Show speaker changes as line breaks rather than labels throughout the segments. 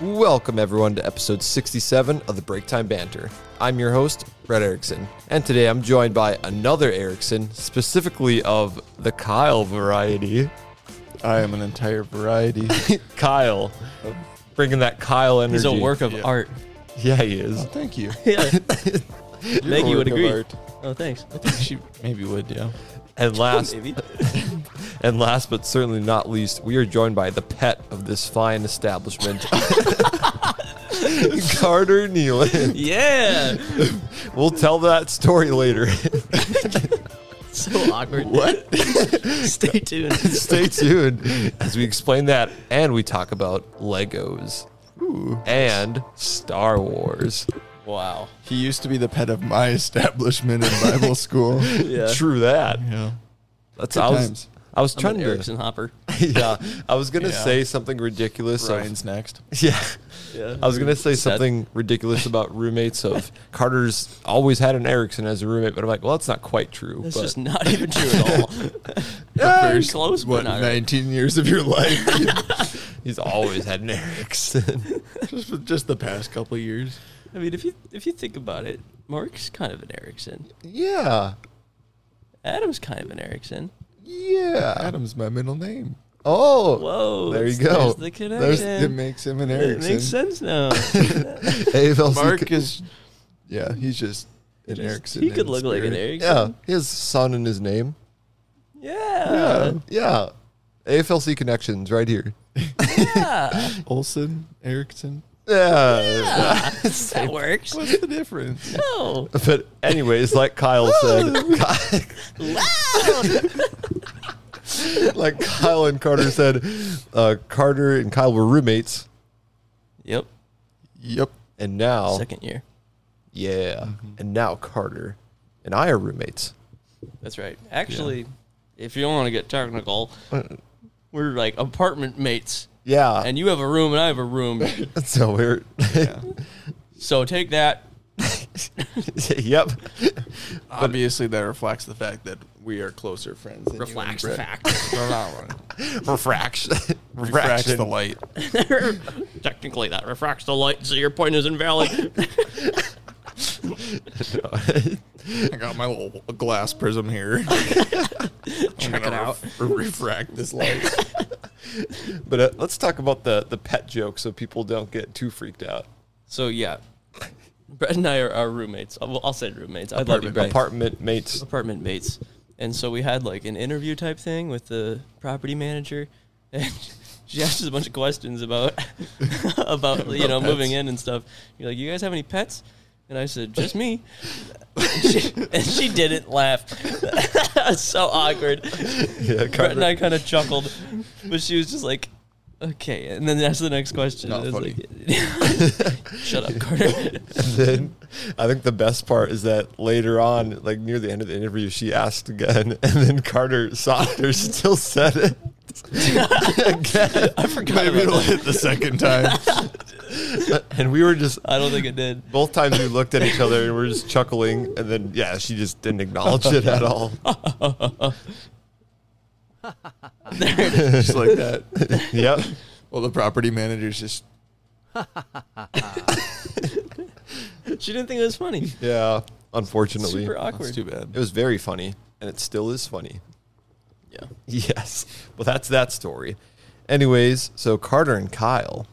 Welcome, everyone, to episode 67 of the Break Time Banter. I'm your host, Brett Erickson, and today I'm joined by another Erickson, specifically of the Kyle variety.
I am an entire variety.
Kyle. Bringing that Kyle energy.
He's a work of
Yeah.
art.
Yeah, he is.
Thank you.
Yeah.
You're a
Maggie would
work of
agree.
art.
Oh, thanks.
I think she maybe would, yeah.
And last,
Maybe.
and last but certainly not least, we are joined by the pet of this fine establishment, Carter Nealon.
Yeah.
We'll tell that story later.
So awkward.
What?
Stay tuned.
Stay tuned as we explain that and we talk about Legos and Star Wars.
Wow.
He used to be the pet of my establishment in Bible school.
Yeah.
True that.
Yeah.
That's
Good
I was
times.
I was
I'm
trying
an
to
Erickson Hopper.
yeah. I was gonna
Yeah.
say something ridiculous. of-
Ryan's next.
yeah.
Yeah.
I was gonna say
Sad.
something ridiculous about roommates of Carter's always had an Erickson as a roommate, but I'm like, well, that's not quite true.
That's
but
just not even true at all.
The
Very close, but
what,
not really.
19 years of your life?
he's always had an Erickson.
just, just the past couple of years.
I mean, if you if you think about it, Mark's kind of an Erickson.
yeah,
Adam's kind of an Erickson.
yeah.
Uh, Adam's my middle name.
Oh,
Whoa.
There you
that's-
go.
There's the
There's,
connection.
it makes him an
It
Erickson.
makes sense now.
AFL
Mark is, yeah, he's just an Erickson.
he
in
could look like an
spirit.
Yeah,
Erickson.
he has son in his name.
Yeah.
Yeah. AFLC connections right here.
yeah.
Olson, Erickson.
Yeah.
that works.
What's the difference?
No.
But anyways, like Kyle said, like Kyle and Carter said, uh, Carter and Kyle were roommates,
Yep.
Yep.
and now
Second year.
yeah, and now Carter and I are roommates.
That's right. Actually, if you don't want to get technical, we're like apartment mates,
Yeah.
and you have a room and I have a room.
so we're
Yeah.
so take that.
yep.
Obviously, that reflects the fact that we are closer friends. Than you and
Reflects the
Brett.
fact.
Refraction.
Refracts the light.
Technically, that refracts the light, so your point is invalid.
I got my little glass prism here. Check it out. refract this light.
But uh, let's talk about the the pet joke so people don't get too freaked out.
so yeah, Brett and I are, are roommates. I'll, I'll say roommates. I love you,
Apartment,
Brett.
apartment mates.
apartment mates. And so we had like an interview type thing with the property manager, and she asked us a bunch of questions about about you know moving in and stuff. You're like, you guys have any pets? And I said, just me. and, she, and she didn't laugh. so awkward.
Yeah,
Brett
Carter.
and I kind of chuckled, but she was just like, okay. And then that's the next question.
Not
It was
funny.
like- Shut up, Carter.
And then I think the best part is that later on, like near the end of the interview, she asked again, and then Carter Softer still said it. again.
I forgot.
Maybe
about
it'll
that.
hit the second time.
And we were just
I don't think it did.
both times we looked at each other and we were just chuckling, and then yeah, she just didn't acknowledge it at all.
just like that.
yep.
Well, the property manager's just
She didn't think it was funny.
Yeah. Unfortunately,
Super awkward.
that's too
it
bad.
was very funny, and it still is funny.
Yeah.
Yes. Well, that's that story. Anyways, so Carter and Kyle.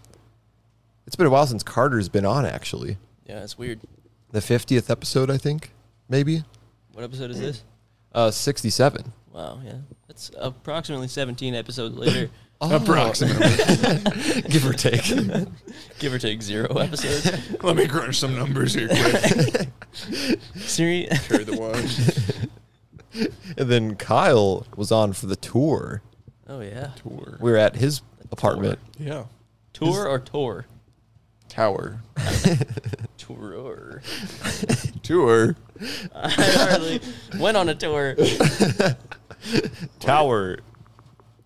It's been a while since Carter's been on, actually.
Yeah, it's weird.
The 50th episode, I think, maybe?
What episode is this?
Uh, 67.
Wow, yeah. That's approximately 17 episodes later,
Approximately.
Give or take.
give or take zero episodes.
Let me crunch some numbers here quick.
Siri,
Carry the watch.
and then Kyle was on for the tour.
oh yeah.
Tour.
We were at his apartment.
Yeah.
Tour or tour?
Tower.
Tour.
Tour.
I hardly went on a tour.
Tower.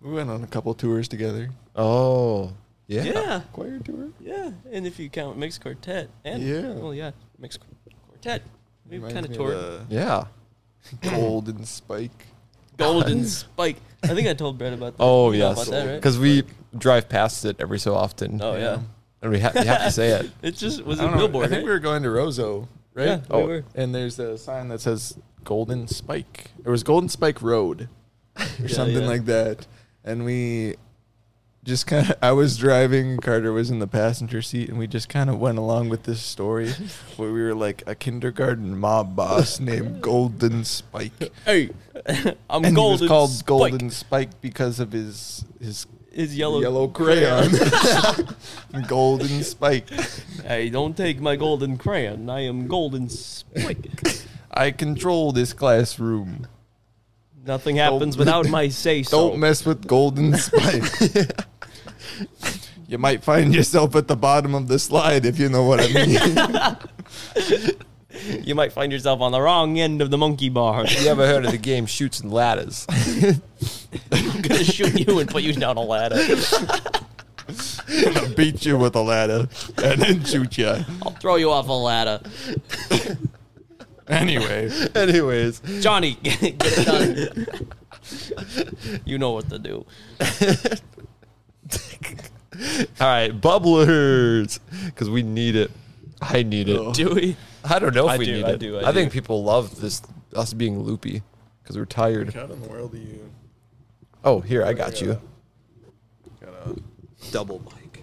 We went on a couple tours together.
Oh, yeah.
Yeah,
Choir tour.
yeah. And if you count mixed quartet, and
Yeah.
well, yeah, mixed qu- quartet. We've
Reminds
kind of
me
toured
the
Yeah.
Golden Spike.
Golden Spike. I think I told Brett about that.
Oh,
You know
yes.
About that, right?
Because we drive past it every so often.
Oh yeah.
And we have, we have to say it.
It just was
I,
a
don't know,
billboard.
I think
right?
we were going to Roseau, right?
Yeah, we were.
And there's a sign that says Golden Spike. It was Golden Spike Road or something
yeah.
like that. And we just kind of, I was driving, Carter was in the passenger seat, and we just kind of went along with this story where we were like a kindergarten mob boss named Golden Spike.
Hey, I'm
And
golden.
he was called
Spike.
Golden Spike because of his his
Is
yellow,
yellow.
crayon. golden Spike.
Hey, don't take my golden crayon. I am golden spike.
I control this classroom.
Nothing happens without my say so.
Don't mess with Golden Spike. you might find yourself at the bottom of the slide if you know what I mean.
you might find yourself on the wrong end of the monkey bar.
You ever heard of the game Shoots and Ladders?
I'm gonna shoot you and put you down a ladder.
I'll beat you with a ladder and then shoot you.
I'll throw you off a ladder.
Anyway,
Anyways,
Johnny, get it done. you know what to do.
all right, bubblers, because we need it. I need it.
Oh.
Do we?
I don't know if
I
we
do,
need
I
it.
do, I
I, think people love this us being loopy because we're tired.
God in the world are you?
Oh, here I got you.
Gotta,
Double mic.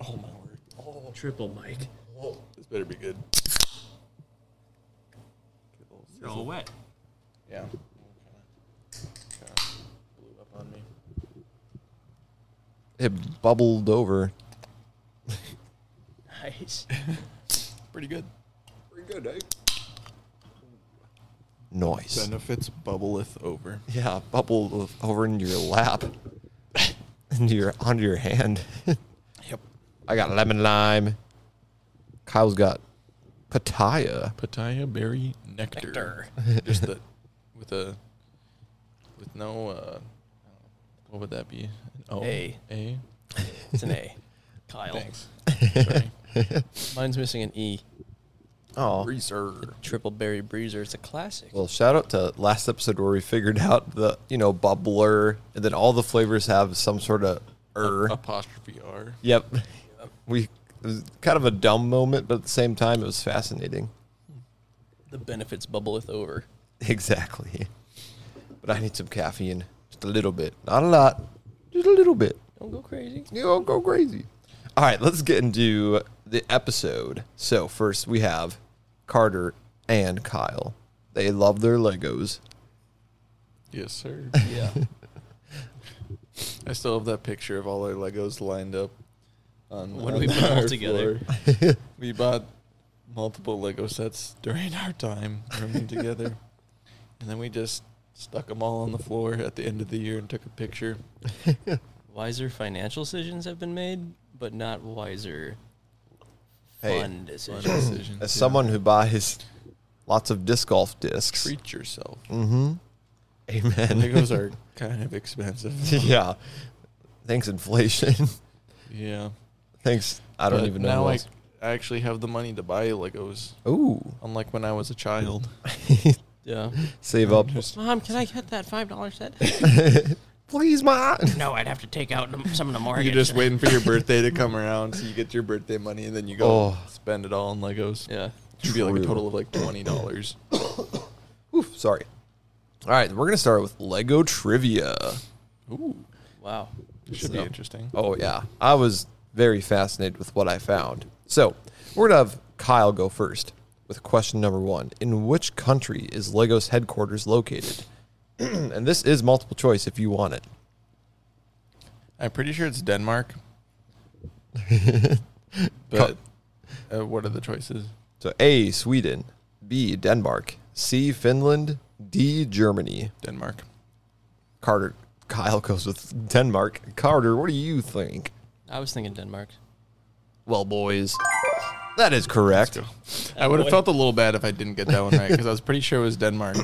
Oh my word. Oh. Triple mic.
this better be good.
So wet.
Yeah. Blew up on me.
It bubbled over.
Nice.
Pretty good.
Pretty good, eh? Nice.
Benefits bubbleth over.
Yeah, bubbled over into your lap, into your onto your hand.
Yep.
I got lemon lime. Kyle's got pataya.
Pitaya berry nectar. Just the with a with no uh what would that be? An o?
A.
A?
It's an A. Kyle.
Thanks. Sorry.
Mine's missing an E.
Oh,
Breezer.
Triple berry breezer. It's a classic.
Well, shout out to last episode where we figured out the you know bubbler, and then all the flavors have some sort of er.
Apostrophe R.
Yep, we it was kind of a dumb moment, but at the same time, it was fascinating.
The benefits bubbleth over.
Exactly. But I need some caffeine, just a little bit, not a lot, just a little bit.
Don't go crazy.
You don't go crazy. All right, let's get into the episode. So first we have Carter and Kyle. They love their Legos.
Yes, sir.
Yeah.
I still have that picture of all our Legos lined up on
When
on
we put 'em all
our
together.
floor. we bought multiple Lego sets during our time rooming together. And then we just stuck them all on the floor at the end of the year and took a picture.
wiser financial decisions have been made, but not wiser
Hey,
fun decisions.
Decisions,
As
yeah.
someone who buys lots of disc golf discs,
treat yourself.
Mm-hmm. Amen.
Legos are kind of expensive.
yeah. Thanks inflation.
Yeah.
Thanks. I don't
But
even know.
Now
who
I,
else.
I actually have the money to buy Legos,
Ooh.
unlike when I was a child.
Yeah.
Save up.
Just
Mom, can I get that five dollar set?
Please, ma.
no, I'd have to take out num- some of the mortgage.
You're just waiting for your birthday to come around, so you get your birthday money, and then you go
Oh.
spend it all on Legos.
Yeah.
It'd be like a
True.
total of like twenty dollars.
Oof, sorry. All right, we're gonna start with Lego trivia.
Ooh,
Wow.
this should be
So-
interesting.
Oh yeah, I was very fascinated with what I found. So we're gonna have Kyle go first with question number one. In which country is Lego's headquarters located? and this is multiple choice if you want it.
I'm pretty sure it's Denmark. but uh, what are the choices?
So A Sweden, B Denmark, C Finland, D Germany.
Denmark.
Carter Kyle goes with Denmark. Carter, what do you think?
I was thinking Denmark.
Well, boys, that is correct.
I would have felt a little bad if I didn't get that one right because I was pretty sure it was Denmark.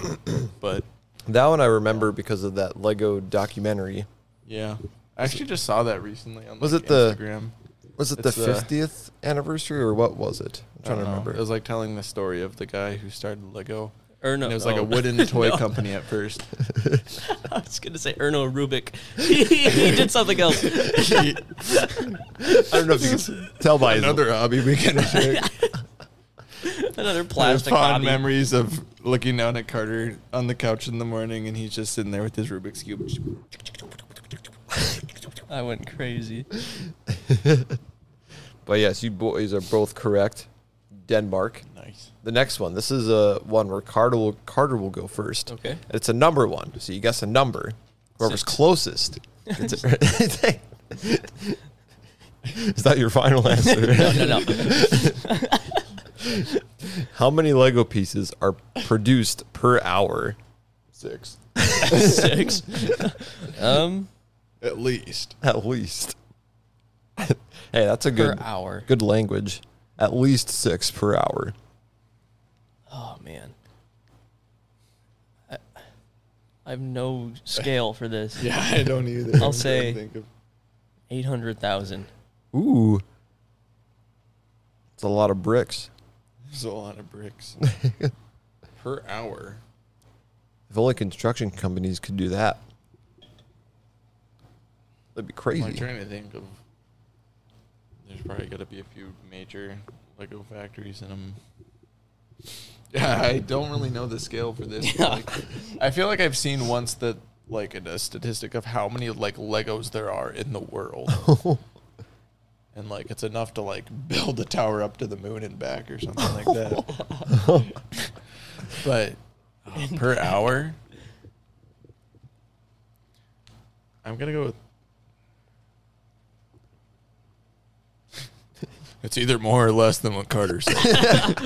but
That one I remember because of that Lego documentary.
yeah, I actually just saw that recently on
Was
like,
it the-
Instagram.
Was it
It's,
the
uh,
50th anniversary or what was it? I'm
I
trying to
don't know.
remember. Er,
It was like telling the story of the guy who started Lego.
Erno.
And it was like
oh,
a wooden toy
no.
company at first.
I was gonna say Erno Rubik. he, he did something else.
I don't know if you can tell by his
Another hobby we can share.
Another plastic
fond
hobby.
memories of looking down at Carter on the couch in the morning, and he's just sitting there with his Rubik's cube.
I went crazy.
But yes, you boys are both correct. Denmark.
Nice.
The next one. This is a one where Carter will Carter will go first.
Okay.
It's a number one. So you guess a number. Whoever's
Six.
closest. Gets it right. is that your final answer?
No, no, no.
How many Lego pieces are produced per hour?
Six.
Six. Um,
At least.
At least. hey, that's a
per
good
hour.
good language. At least six per hour.
Oh man. I, I have no scale for this.
Yeah, I don't either.
I'll say-
Think of-
Eight hundred thousand.
Ooh. It's a lot of bricks.
There's a lot of bricks. per hour.
If only construction companies could do that. That'd be
I'm
crazy.
like, trying to think of. There's probably got to be a few major Lego factories in them. Yeah, I don't really know the scale for this. but,
Yeah.
like, I feel like I've seen once that like a, a statistic of how many like Legos there are in the world, and like it's enough to like build a tower up to the moon and back or something like that. but uh, per hour, I'm gonna go with. It's either more or less than what Carter said.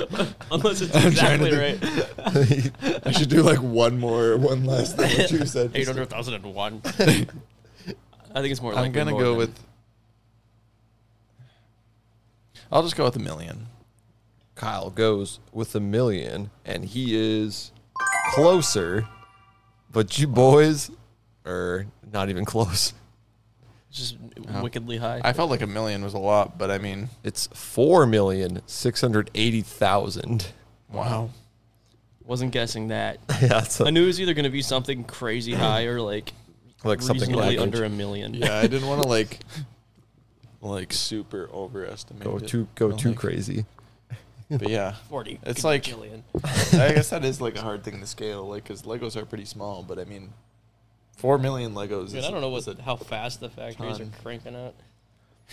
Unless it's
I'm trying to
exactly right.
I should do like one more, one less than what you said.
Eight hundred thousand and one. I think it's more.
I'm
likely
gonna
more
go
than-
with. I'll just go with a million.
Kyle goes with a million, and he is closer, but you boys are not even close.
just wickedly high.
uh, I felt like a million was a lot, but I mean,
It's four million six hundred eighty thousand.
wow.
Wasn't guessing that.
Yeah, that's a-
I knew it was either gonna be something crazy high or like
like something
reasonably
like
under a million.
Yeah, I didn't want to like, like super overestimate.
go
it,
too go
but,
too
like-
crazy.
But yeah,
Forty.
It's like-
gajillion.
I guess that is like a hard thing to scale, like because Legos are pretty small. But I mean, four million
I
Legos.
mean,
is-
I don't know
is
what
a-
how fast the factories
ton.
are cranking out.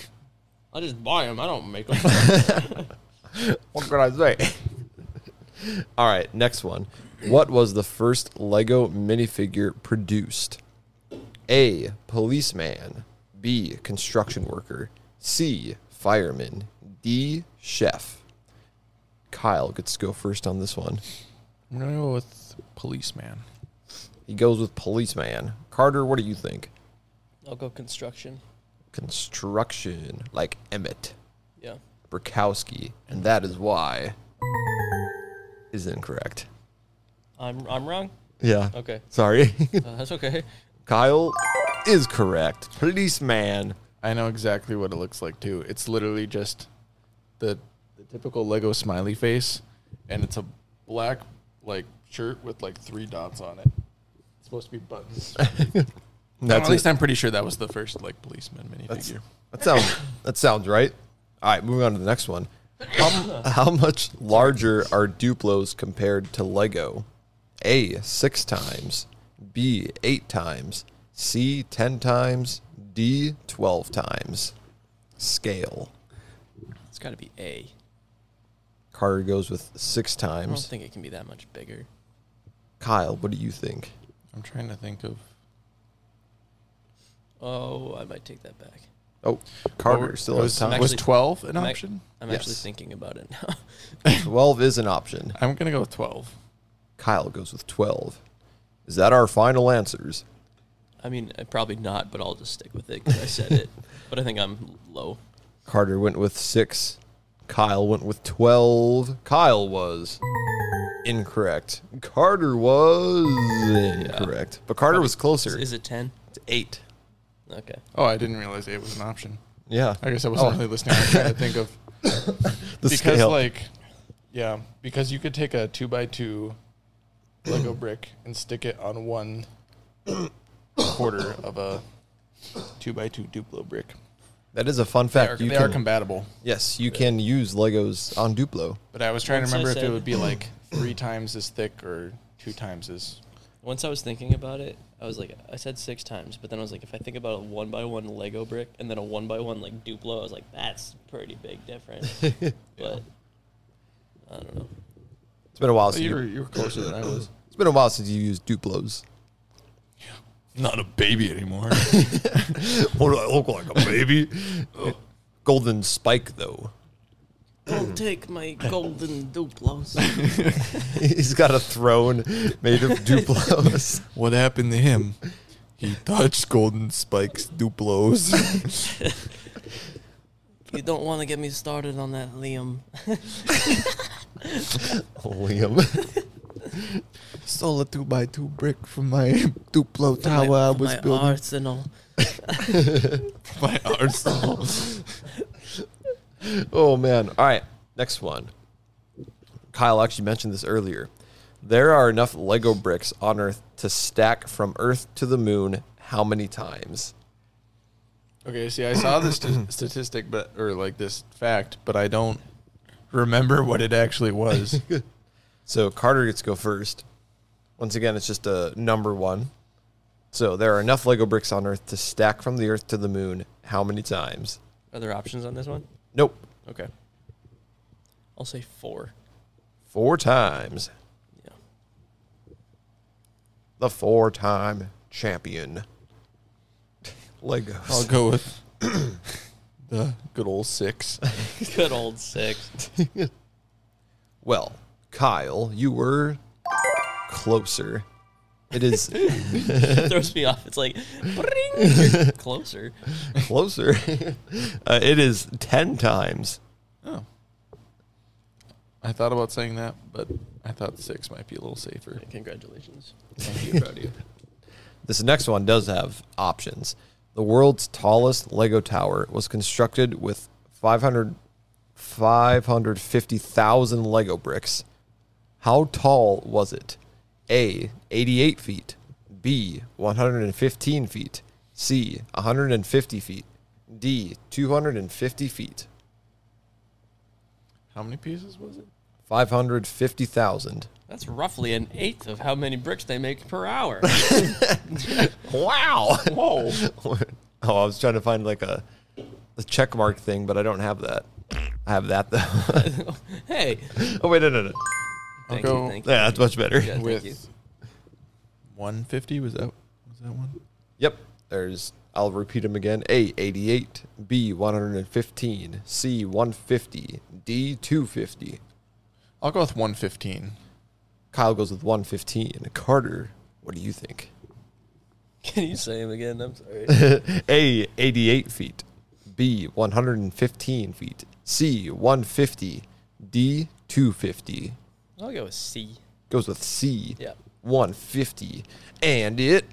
I just buy them. I don't make them.
What can I say? All right, next one. What was the first Lego minifigure produced? A. Policeman. B. Construction worker. C. Fireman. D. Chef. Kyle gets to go first on this one.
I'm gonna go with policeman.
He goes with policeman. Carter, what do you think?
I'll go construction.
Construction, like Emmett
Yeah.
Burkowski, and that is why is incorrect.
I'm I'm wrong.
Yeah.
Okay.
Sorry.
Uh, that's okay.
Kyle is correct. Policeman.
I know exactly what it looks like too. It's literally just the the typical Lego smiley face, and it's a black like shirt with like three dots on it. It's supposed to be buttons.
That's
at least
it.
I'm pretty sure that was the first like policeman minifigure.
that sounds that sounds right. All right, moving on to the next one. How, how much larger are Duplos compared to Lego? A six times, B eight times, C ten times, D twelve times. Scale.
It's got to be A.
Carter goes with six
I don't
times.
think it can be that much bigger.
Kyle, what do you think?
I'm trying to think of.
Oh, I might take that back.
Oh,
What
Carter
were-
still
was,
has time.
was
Actually-
twelve an
I'm ac-
option?
I'm actually
Yes.
thinking about it now.
Twelve is an option.
I'm gonna go with twelve.
Kyle goes with 12. Is that our final answers?
I mean, uh, probably not, but I'll just stick with it because I said it. But I think I'm low.
Carter went with 6. Kyle went with 12. Kyle was incorrect. Carter was incorrect. But Carter was
Is,
closer.
is it ten?
It's 8.
Okay.
Oh, I didn't realize it was an option.
Yeah.
I guess I
Oh.
wasn't really listening. I'm trying to think of
The
because
scale.
like, yeah, because you could take a two by two, Lego brick and stick it on one quarter of a two by two Duplo brick.
That is a fun
They, are,
fact. you
they
can,
are compatible,
yes, you can use Legos on Duplo.
but I was trying
Once
to
I
remember if it
said-
would be like three times as thick or two times as.
Once I was thinking about it, I was like, I said six times, but then I was like, if I think about a one by one Lego brick and then a one by one like Duplo, I was like, that's pretty big difference. But I don't know.
It's been a while.
Oh,
Since
you were
you,
you were closer than I was.
it's been a while since you used Duplos.
Not a baby anymore.
What do I look like, a baby? Golden Spike, though.
Don't take my golden duplos.
He's got a throne made of Duplos.
what happened to him? He touched Golden Spike's Duplos.
you don't want to get me started on that, Liam.
Liam.
Stole a two by two brick from my Duplo tower I
my, for
uh, was
my
building.
arsenal.
My arsenal.
Oh, man. All right. Next one. Kyle actually mentioned this earlier. There are enough Lego bricks on Earth to stack from Earth to the moon how many times?
Okay, see, I saw this st- statistic, but or like this fact, but I don't remember what it actually was.
So Carter gets to go first. Once again, it's just a number one. So there are enough Lego bricks on Earth to stack from the Earth to the moon how many times?
Are there options on this one?
Nope.
Okay. I'll say four.
Four times.
Yeah.
The four time champion.
I'll
Legos.
go with the good old six.
Good old six.
Well, Kyle, you were closer. It is
throws me off. It's like, "Bring," you're closer.
closer. uh, it is 10 times.
Oh, I thought about saying that, but I thought six might be a little safer.
Congratulations.
Thank you, proud of you.
This next one does have options. The world's tallest Lego tower was constructed with 500, 550,000 Lego bricks. How tall was it? A, 88 feet. B, 115 feet. C, 150 feet. D, 250 feet.
How many pieces was it?
550,000.
That's roughly an eighth of how many bricks they make per hour.
Wow.
Whoa.
oh, I was trying to find like a, a check mark thing, but I don't have that. I have that though.
Hey.
oh wait, no, no, no.
Thank
go-
you. Thank you.
Yeah, that's much better.
Yeah. Thank you.
With one fifty, was that was that one?
Yep. There's. I'll repeat them again. A 88, B 115, C 150, D 250.
I'll go with one fifteen.
Kyle goes with 115. Carter, what do you think?
Can you say him again? I'm sorry.
A 88 feet, B 115 feet, C 150, D 250.
I'll go with C.
Goes with C.
Yeah.
150. And it.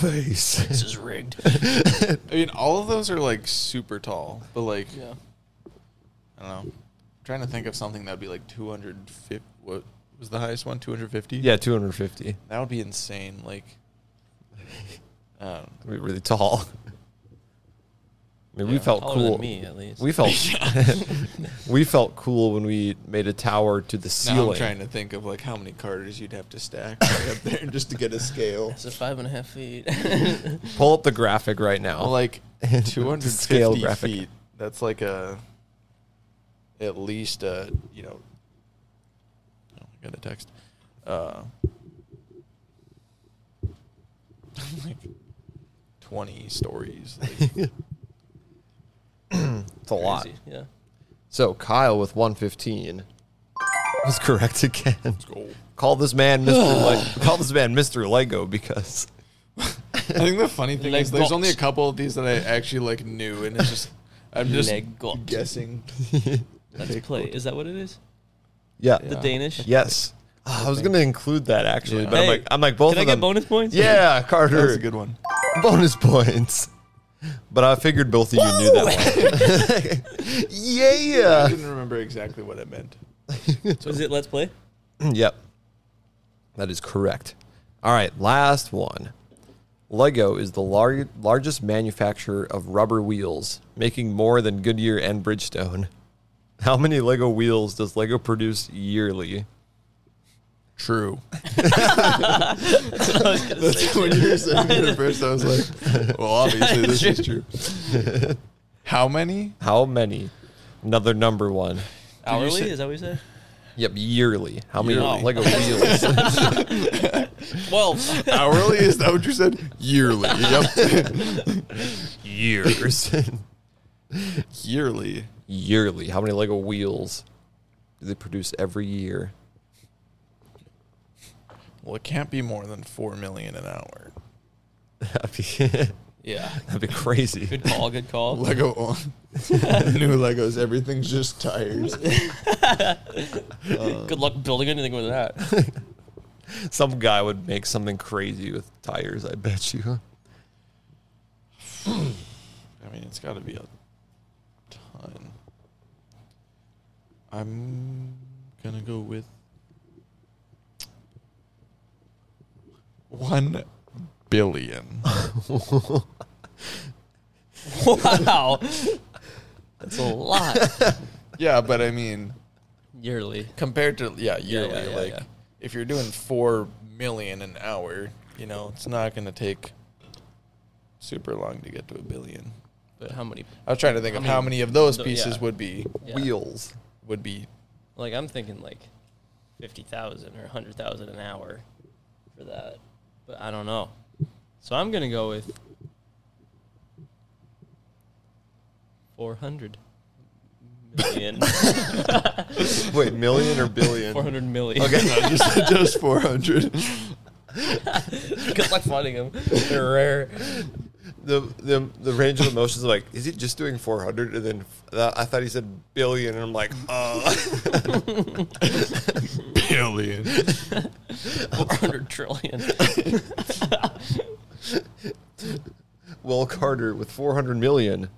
Base.
This is rigged.
I mean, all of those are like super tall, but like
Yeah.
I don't know. I'm trying to think of something that'd be like 250. What was the highest one? 250.
Yeah, 250.
that would be insane. Like, um,
That'd be really tall. I mean, we
Yeah,
felt
taller
cool.
Than me, at least.
We felt we felt cool when we made a tower to the
now I'm
ceiling.
trying to think of like how many carters you'd have to stack right up there just to get a scale.
That's a five and a half feet.
Pull up the graphic right now.
Well, like
Scale
250
graphic.
feet. That's like a at least a you know. Oh, I got a text. Uh, like 20 stories. Like,
it's a lot.
Crazy, Yeah.
So Kyle with 115 was correct again.
go.
Call this man Mr. Le- call this man Mr. Lego because
I think the funny thing is there's
Legos.
only a couple of these that I actually like knew, and it's just I'm just
Legos.
guessing.
Let's play. Is that what it is?
yeah,
The
Yeah.
Danish?
yes. Ah, I was gonna include that actually,
Yeah.
but I'm
Hey,
like I'm like both
Can I
of
get
them.
bonus points?
Yeah, Carter.
That's a good one.
bonus points. But I figured both of you knew that one.
I
yeah.
didn't remember exactly what it meant.
Was it Let's Play?
yep. That is correct. All right, last one. Lego is the lar- largest manufacturer of rubber wheels, making more than Goodyear and Bridgestone. How many Lego wheels does Lego produce yearly?
True.
I was gonna say.
That's when you were saying it at first. I was like, well, obviously this is true. How many?
How many? Another number one.
Hourly?
say-
Is that what you said?
Yep, yearly. How many
Yearly.
Lego wheels?
Well,
Hourly? Is that what you said? Yearly. Yep.
Years.
Yearly.
yearly. How many Lego wheels do they produce every year?
Well, it can't be more than four million an hour.
That'd be, that'd
yeah.
be crazy.
Good call. Good call.
Lego on. New Legos. Everything's just tires.
Good luck building anything with that.
Some guy would make something crazy with tires, I bet you.
I mean, it's got to be a ton. I'm gonna go with one billion.
Wow. That's a lot
yeah, but I mean,
yearly.
compared to yeah, yearly,
yeah,
like
yeah.
if you're doing four million an hour, you know, it's not gonna take super long to get to a billion.
But how many?
I was trying to think of
I
how
mean,
many of those
the-
pieces
yeah.
would be
Yeah.
Wheels.
would be
Like I'm thinking like fifty thousand or hundred thousand an hour for that, but I don't know. So I'm gonna go with four hundred million.
Wait, million or billion?
Four hundred million.
just just four hundred.
Good luck finding them. They're rare.
the, the the range of emotions. Like, is he just doing 400? And then f- that, I thought he said billion, and I'm like, uh.
billion.
Four hundred trillion.
Will Carter with 400 million.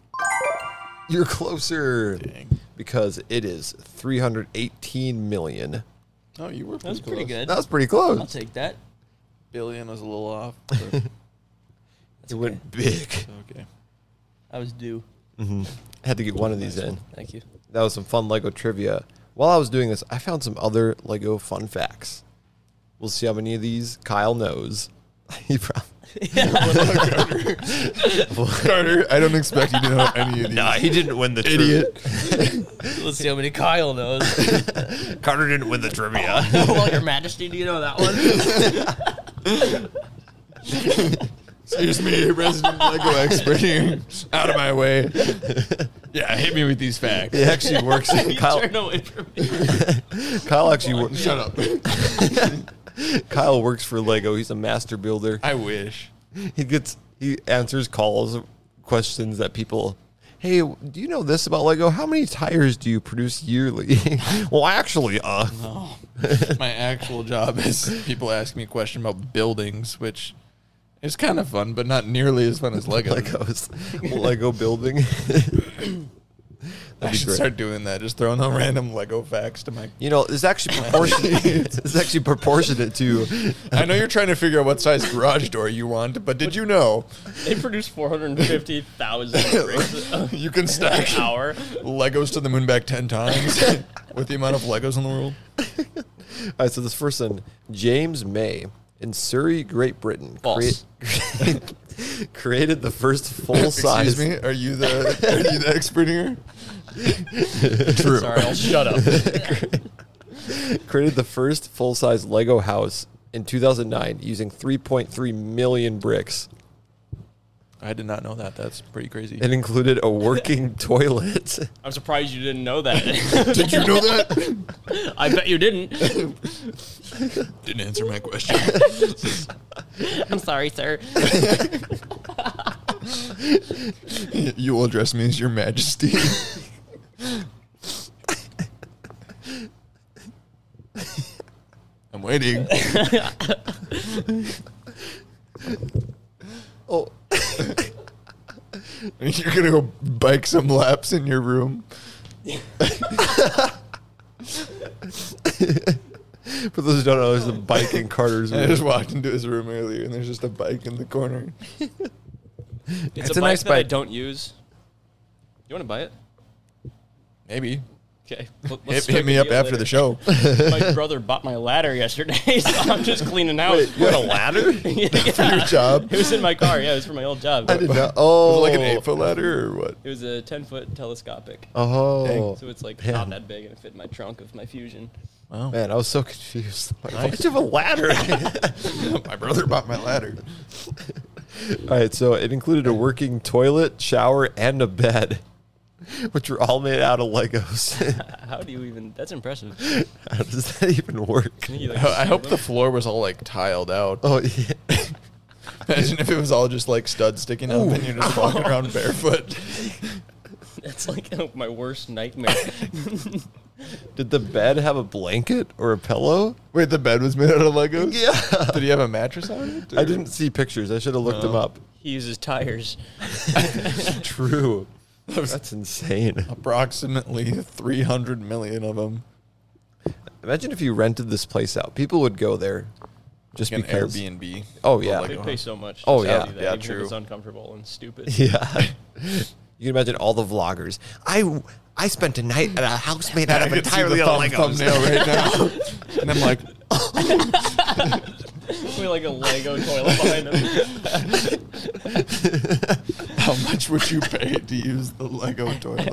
You're closer
Dang.
because it is 318 million.
Oh, you were.
That was pretty
close.
good.
That was pretty
I'll
close.
take that.
Billion was a little off. But
It went big.
okay.
I was due.
Had to get one of these in.
Thank you.
That was some fun Lego trivia. While I was doing this, I found some other Lego fun facts. We'll see how many of these Kyle knows. he probably.
Carter, I don't expect you to know any of these.
he didn't win the
Let's see how many Kyle knows.
Carter didn't win the trivia.
well, Your Majesty, do you know that one?
Excuse me, resident Lego expert here. Out of my way. Yeah, hit me with these facts.
It actually works.
you
Kyle,
turned away from me.
Kyle actually wor-
Shut up.
Kyle works for Lego. He's a master builder.
I wish.
He gets he answers calls, questions that people. Hey, do you know this about Lego? How many tires do you produce yearly? well, actually, uh,
Oh, my actual job is people ask me a question about buildings, which is kind of fun, but not nearly as fun as Lego.
Legos, Lego building.
I
be
should
great.
start doing that. Just throwing out random Lego facts to my.
You know, it's actually proportionate. it's actually proportionate to.
I know you're trying to figure out what size garage door you want, but did you know
They produce 450,000 bricks an
you can stack
hour.
Legos to the moon back ten times with the amount of Legos in the world?
All right, so this first one, James May in Surrey, Great Britain,
False.
crea- created the first full size.
Excuse me, are you the are you the expert here? True.
Sorry, I'll shut up.
created the first full size Lego house in 2009 using 3.3 million bricks.
I did not know that. That's pretty crazy.
It included a working toilet.
I'm surprised you didn't know that.
Did you know that?
I bet you didn't.
Didn't answer my question.
I'm sorry, sir.
you will address me as your majesty. I'm waiting.
Oh,
You're gonna go bike some laps in your room.
For those who don't know, there's a bike in Carter's
I just
room.
walked into his room earlier, and there's just a bike in the corner.
It's,
It's
a,
a
bike
nice
that I
bike.
don't use. You want to buy it?
Maybe
Okay. let-
hit,
let's
hit
strike
me
a
up
deal
after
later.
the show.
My brother bought my ladder yesterday, so I'm just cleaning out.
What a ladder?
yeah.
for your job.
It was in my car. Yeah, it was for my old job.
I did not. Oh,
like an eight foot ladder or what?
It was a 10 foot telescopic.
Oh,
So it's like
Yeah.
not that big and it fit in my trunk of my Fusion.
Wow.
man, I was so confused. Like, Why do you have a ladder?
my brother bought my ladder.
all right, so it included a working toilet, shower, and a bed, which were all made out of Legos.
How do you even? That's impressive.
How does that even work?
You, like,
I hope the
them.
floor was all like tiled out.
Oh, yeah.
Imagine if it was all just like studs sticking out and you're just walking around barefoot.
That's like my worst nightmare.
Did the bed have a blanket or a pillow?
Wait, the bed was made out of Legos?
Yeah.
Did he have a mattress on it?
I
or-
didn't see pictures. I should have looked them
No.
up.
he uses tires.
True. That's insane.
Approximately 300 million of them.
Imagine if you rented this place out. People would go there just
Like an
because.
Airbnb.
Oh, yeah.
Like,
They pay so much.
Oh,
to
yeah.
do that,
Yeah,
even if
true.
It's uncomfortable and stupid.
Yeah. you can imagine all the vloggers. I I spent a night at a house made out
I
of
could see
entirely
the
out of
thumb,
Legos.
thumbnail right now. and I'm like,
we like a Lego toilet behind him.
how much would you pay to use the Lego toilet?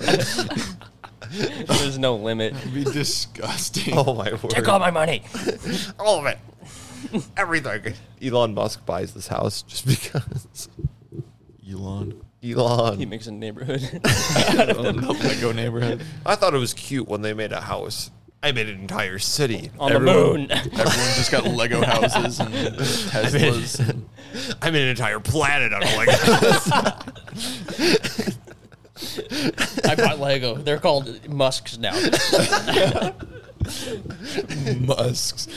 There's no limit.
It'd be disgusting.
Oh my word!
Take all my money.
all of it, everything. Elon Musk buys this house just because.
Elon.
He
Elon,
makes a neighborhood.
Lego neighborhood.
I thought it was cute when they made a house. I made an entire city.
On
Everyone-
the moon.
Everyone just got Lego houses and Teslas. and-
I made an entire planet out of Legos.
I bought Lego. They're called Musks now.
Musks.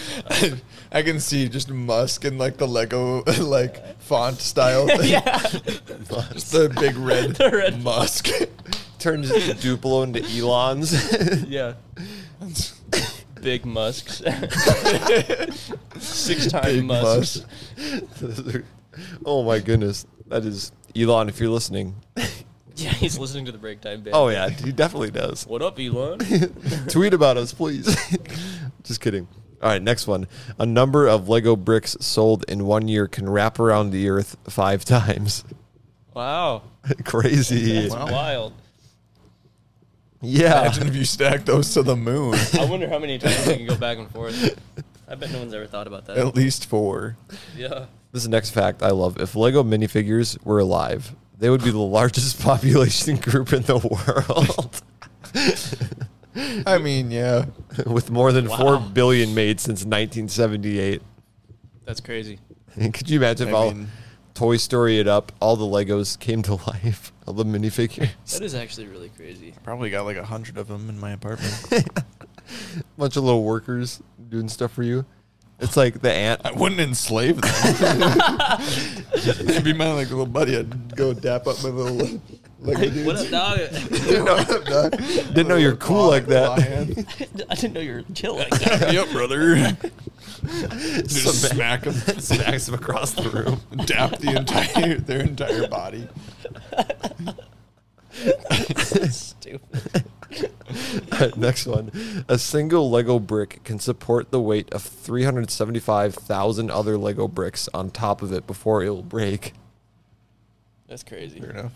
I can see just Musk in like the Lego like font style. Thing.
yeah.
Just the big red,
The red
Musk.
Turns Duplo into Elon's.
Yeah. Big Musks. Six
Big
time Musks.
Musk.
oh my goodness, that is Elon. If you're listening,
Yeah, he's listening to the break time band.
oh yeah, he definitely does.
What up, Elon?
Tweet about us, please. Just kidding. All right, next one. A number of Lego bricks sold in one year can wrap around the Earth five times.
wow.
Crazy.
That's
Wow.
wild.
Yeah.
Imagine if you stack those to the moon.
I wonder how many times we can go back and forth. I bet no one's ever thought about that.
At least four.
Yeah.
This next fact I love. If Lego minifigures were alive, they would be the largest population group in the world,
I mean, yeah.
with more than four
Wow.
billion made since 1978.
That's crazy.
Could you imagine if
I
all
mean-
Toy Story it up, all the Legos came to life, all the minifigures?
That is actually really crazy.
Probably got like a hundred of them in my apartment.
bunch of little workers doing stuff for you. It's like the ant.
I wouldn't enslave them. It'd be my like little buddy. I'd go dap up my little Lego dudes.
What up, dog?
Didn't know, didn't
Didn't know you're cool like that.
I didn't know you were chill like that.
yep, brother. Just
Smack-
smack them,
Smacks him across the room.
dap the entire their entire body.
Stupid.
Alright, Next one. A single Lego brick can support the weight of 375,000 other Lego bricks on top of it before it will break.
That's crazy.
Fair enough.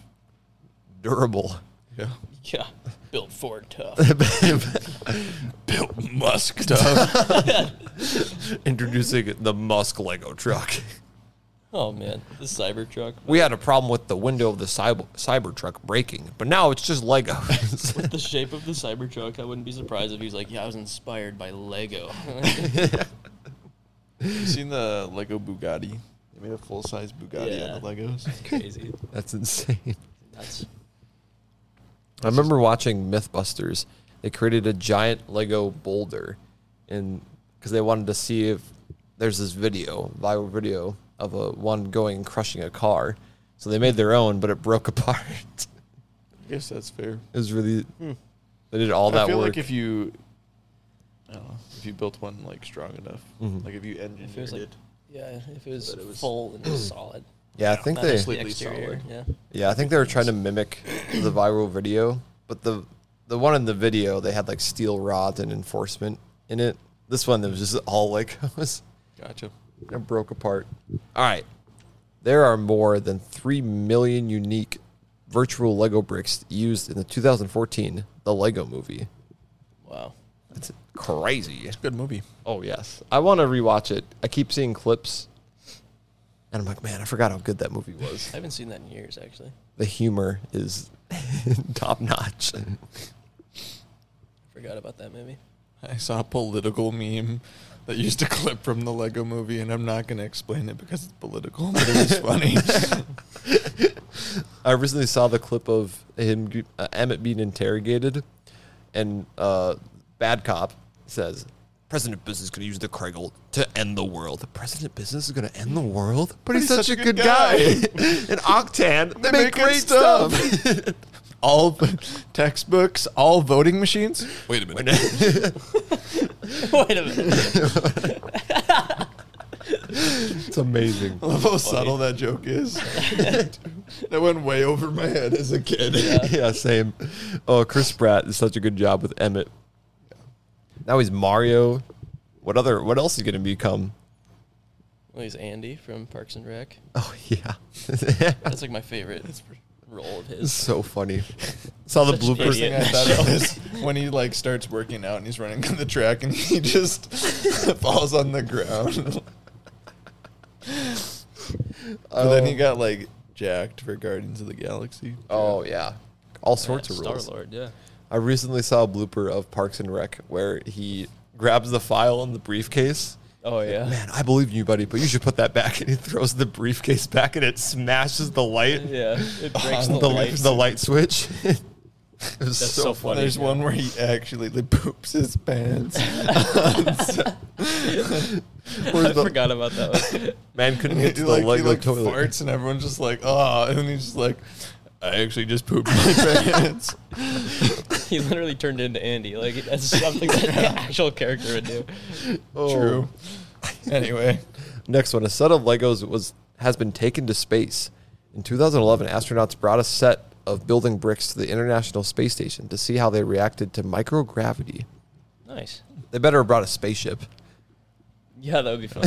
Durable.
Yeah.
Yeah. Built Ford tough.
Built Musk stuff.
Introducing the Musk Lego truck.
Oh man, the Cybertruck.
We had a problem with the window of the cyber, cyber truck breaking, but now it's just Legos.
The shape of the Cybertruck. I wouldn't be surprised if he was like, "Yeah, I was inspired by Lego."
you seen the Lego Bugatti? They made a full size Bugatti
Yeah.
out of Legos.
crazy.
That's insane.
That's
I remember watching MythBusters. They created a giant Lego boulder, and because they wanted to see if there's this video, viral video of a one going and crushing a car. So they made their own, but it broke apart. it
I guess that's fair.
was really. They did all
Hmm. I
that
feel
work.
like if you I don't know if you built one like strong enough,
Mhm.
like if you engineered
was, like,
it.
Yeah, if it was,
But it was-
full and it was solid.
Yeah, I think
Not
they
just the
Completely
exterior.
solid.
Yeah.
Yeah, I think they were trying to mimic the viral video, but the the one in the video they had like steel rods and enforcement in it. This one that was just all like was
Gotcha.
it broke apart. All right, there are more than three million unique virtual Lego bricks used in the 2014 The Lego Movie.
Wow.
That's crazy.
Good movie.
Oh yes, I want to rewatch it. I keep seeing clips, and I'm like, man, I forgot how good that movie was.
I haven't seen that in years, actually.
The humor is top notch.
Forgot about that movie.
I saw a political meme that used a clip from the Lego movie, and I'm not going to explain it because it's political, but it was funny.
I recently saw the clip of him g- uh, Emmett being interrogated, and uh, bad cop says, "President Business is going to use the Kregel to end the world. The President Business is going to end the world, but, he's, such, a good, guy. and Octan, they, make, great stuff.
all v- textbooks, all voting machines.
Wait a minute.
Wait a minute.
it's amazing.
I love how subtle that joke is. that went way over my head as a kid.
yeah, same. Oh, Chris Pratt is such a good job with Emmett. Now he's Mario. What other? What else is he going to become?
Well, he's Andy from Parks and Rec.
Oh yeah.
That's like my favorite role of
It's
his.
so funny. Saw the
Such an
bloopers.
First thing I
Idiot.
thought of is when he like starts working out and he's running on the track and he just falls on the ground. But then he got like jacked for Guardians of the Galaxy.
Oh yeah, all sorts of
Star
rules.
Lord, yeah.
I recently saw a blooper of Parks and Rec where he grabs the file in the briefcase.
Oh yeah.
Man, I believe in you, buddy, but you should put that back. And he throws the briefcase back, and it smashes the light,
Yeah. It breaks
breaks
the
the
Oh,
light,
yes.
the light switch. it was
That's
so,
so
funny.
There's
yeah.
one where he actually like, poops his pants.
Where's
I
the-
forgot about that one.
Man couldn't
And he
get to the
like, he,
Lego
like
toilet.
farts and everyone's just like, oh, and then he's just like, I actually just pooped my pants.
he literally turned into Andy. Like that's something that the actual character would do.
Oh.
True. Anyway,
Next one, a set of Legos was has been taken to space. In 2011, astronauts brought a set of building bricks to the International Space Station to see how they reacted to microgravity.
Nice.
They better have brought a spaceship.
Yeah, that would be fun.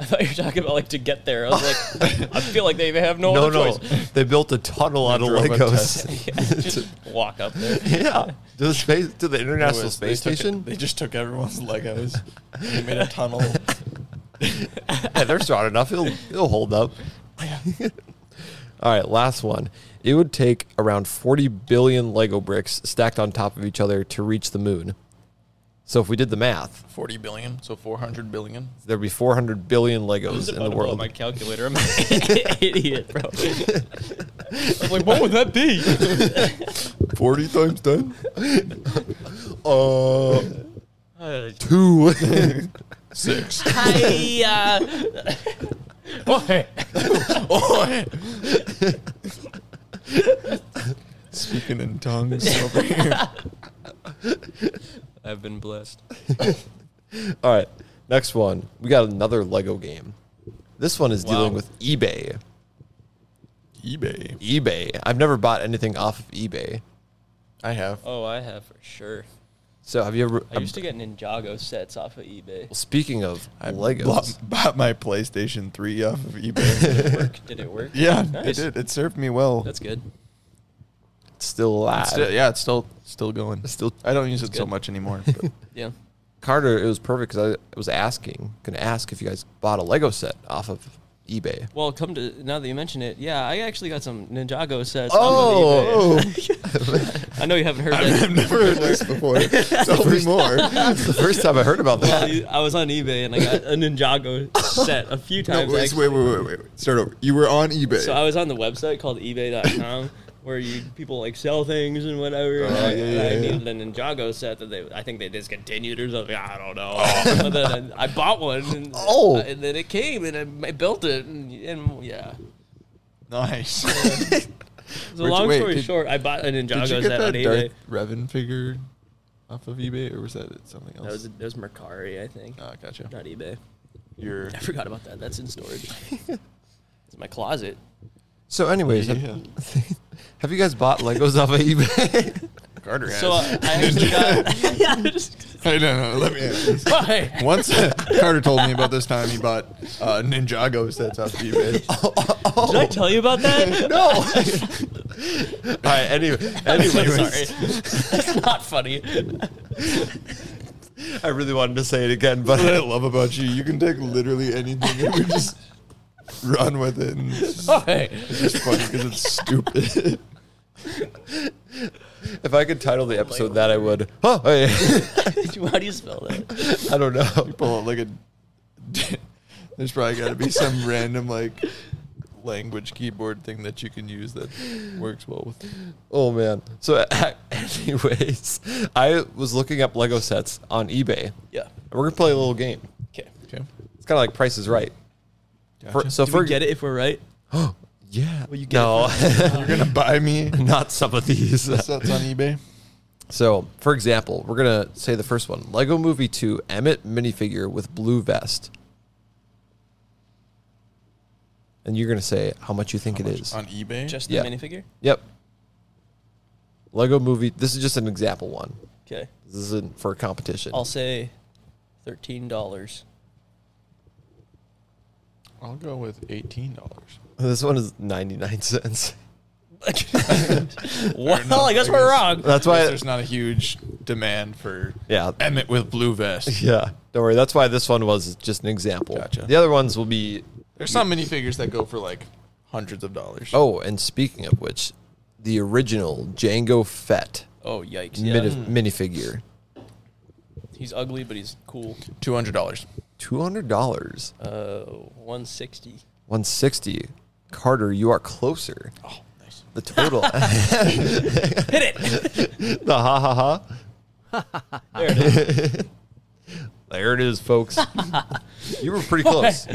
I thought you were talking about like to get there. I was like, I feel like they have no,
no,
other
no,
choice.
they built a tunnel out of
drove a
Legos.
Yeah, just walk up there.
yeah, to the space to the International
anyways,
Space
they took it-
Station.
they just took everyone's Legos. and they made a tunnel.
yeah, they're strong enough. It'll it'll hold up. All right, last one. It would take around 40 billion Lego bricks stacked on top of each other to reach the moon. So if we did the math,
40 billion, so 400 billion.
there'd be 400 billion
I was
Legos in the
about to blow up
world.
my calculator. I'm an idiot, bro. I was like, what would that be?
40 times 10?
Uh,
Uh,
two.
Six.
I, uh, oh, hey.
Speaking in tongues over here.
I've been blessed.
All right, next one. We got another Lego game. This one is dealing
Wow.
with eBay.
eBay.
eBay. I've never bought anything off of eBay.
I have.
Oh, I have for sure.
So have you ever?
I used to get Ninjago sets off of eBay.
Speaking of
I
Legos,
bought, bought my PlayStation 3 off of eBay.
Did it work? Did it work?
yeah,
Nice.
it did. It served me well.
That's good.
it's still alive.
It's still- yeah, it's still still going.
Still-
I don't use it so
good.
much anymore. But
Yeah.
Carter, it was perfect because I was asking, gonna ask if you guys bought a Lego set off of eBay.
Well, come to now that you mention it, yeah, I actually got some Ninjago sets.
Oh,
off of eBay. I know you haven't heard that.
never heard this before. Tell me more.
That's the first time I heard about that.
Well, I was on eBay and I got a Ninjago set a few
No,
times.
wait,
actually.
wait, wait, wait, wait, wait. Start over. You were on eBay.
So I was on the website called eBay.com where you people like sell things and whatever. and
Oh,
I,
yeah,
and
yeah,
I
yeah.
needed a Ninjago set that they I think they discontinued or something. I don't
Oh.
know. but then I, I bought one. And, uh,
Oh.
and then it came and I, I built it and, and yeah.
nice.
So
Where'd you-
long
wait,
story
did-
short, I bought a Ninjago
Did
set
you get
on
that
eBay.
Darth Revan figure? off of eBay, or was that something else?
That was that was Mercari, I think.
Ah, gotcha.
Not eBay.
Your
I forgot about that. That's in storage. it's my closet.
So, anyways, have- have you guys bought Legos off of eBay?
Carter has.
So I I actually got.
I don't know. Let me.
Why?
Once Carter told me about this time he bought uh, Ninjago sets off eBay.
Did I tell you about that?
no. All right. Anyway,
I'm so
anyways,
sorry. That's not funny.
I really wanted to say it again,
That's what I
but
love about you. You can take literally anything and we just run with it. And it's
Why?
just funny because it's stupid.
if I could title the episode that, I would. Oh, hey.
How do you spell that?
I don't know.
Pull out like a. There's probably got to be some random like language keyboard thing that you can use that works well with.
Oh man. So, anyways, I was looking up Lego sets on eBay, and
Yeah.
we're gonna play a little game.
Okay.
Okay.
It's kind of like Price is Right. For- so
Do
for
we get it if we're right?
yeah,
Well, you get
no,
You're gonna buy me
not some of these.
sets on eBay.
So, for example, we're gonna say the first one: Lego Movie Two Emmett minifigure with blue vest, and you're gonna say how much you think it is.
on eBay.
Just the
the Yeah.
minifigure?
yep. Lego Movie. This is just an example one.
Okay.
This isn't for a competition.
I'll say thirteen dollars.
I'll go with eighteen dollars.
This one is ninety nine cents.
well, I guess we're wrong.
That's why.
there's not a huge demand for
yeah.
Emmett with blue vest.
Yeah. Don't worry. That's why this one was just an example.
Gotcha.
The other ones will be.
There's some minifigures that go for like hundreds of dollars.
Oh, and speaking of which, the original Django Fett
Oh yikes! Yeah.
mini minifigure.
He's ugly, but he's cool.
two hundred dollars.
Two hundred dollars,
Uh, one sixty.
one sixty. Carter, you are closer.
Oh, nice.
The total, the
Hit it.
ha ha ha.
there it is.
There it is, folks. you were pretty close.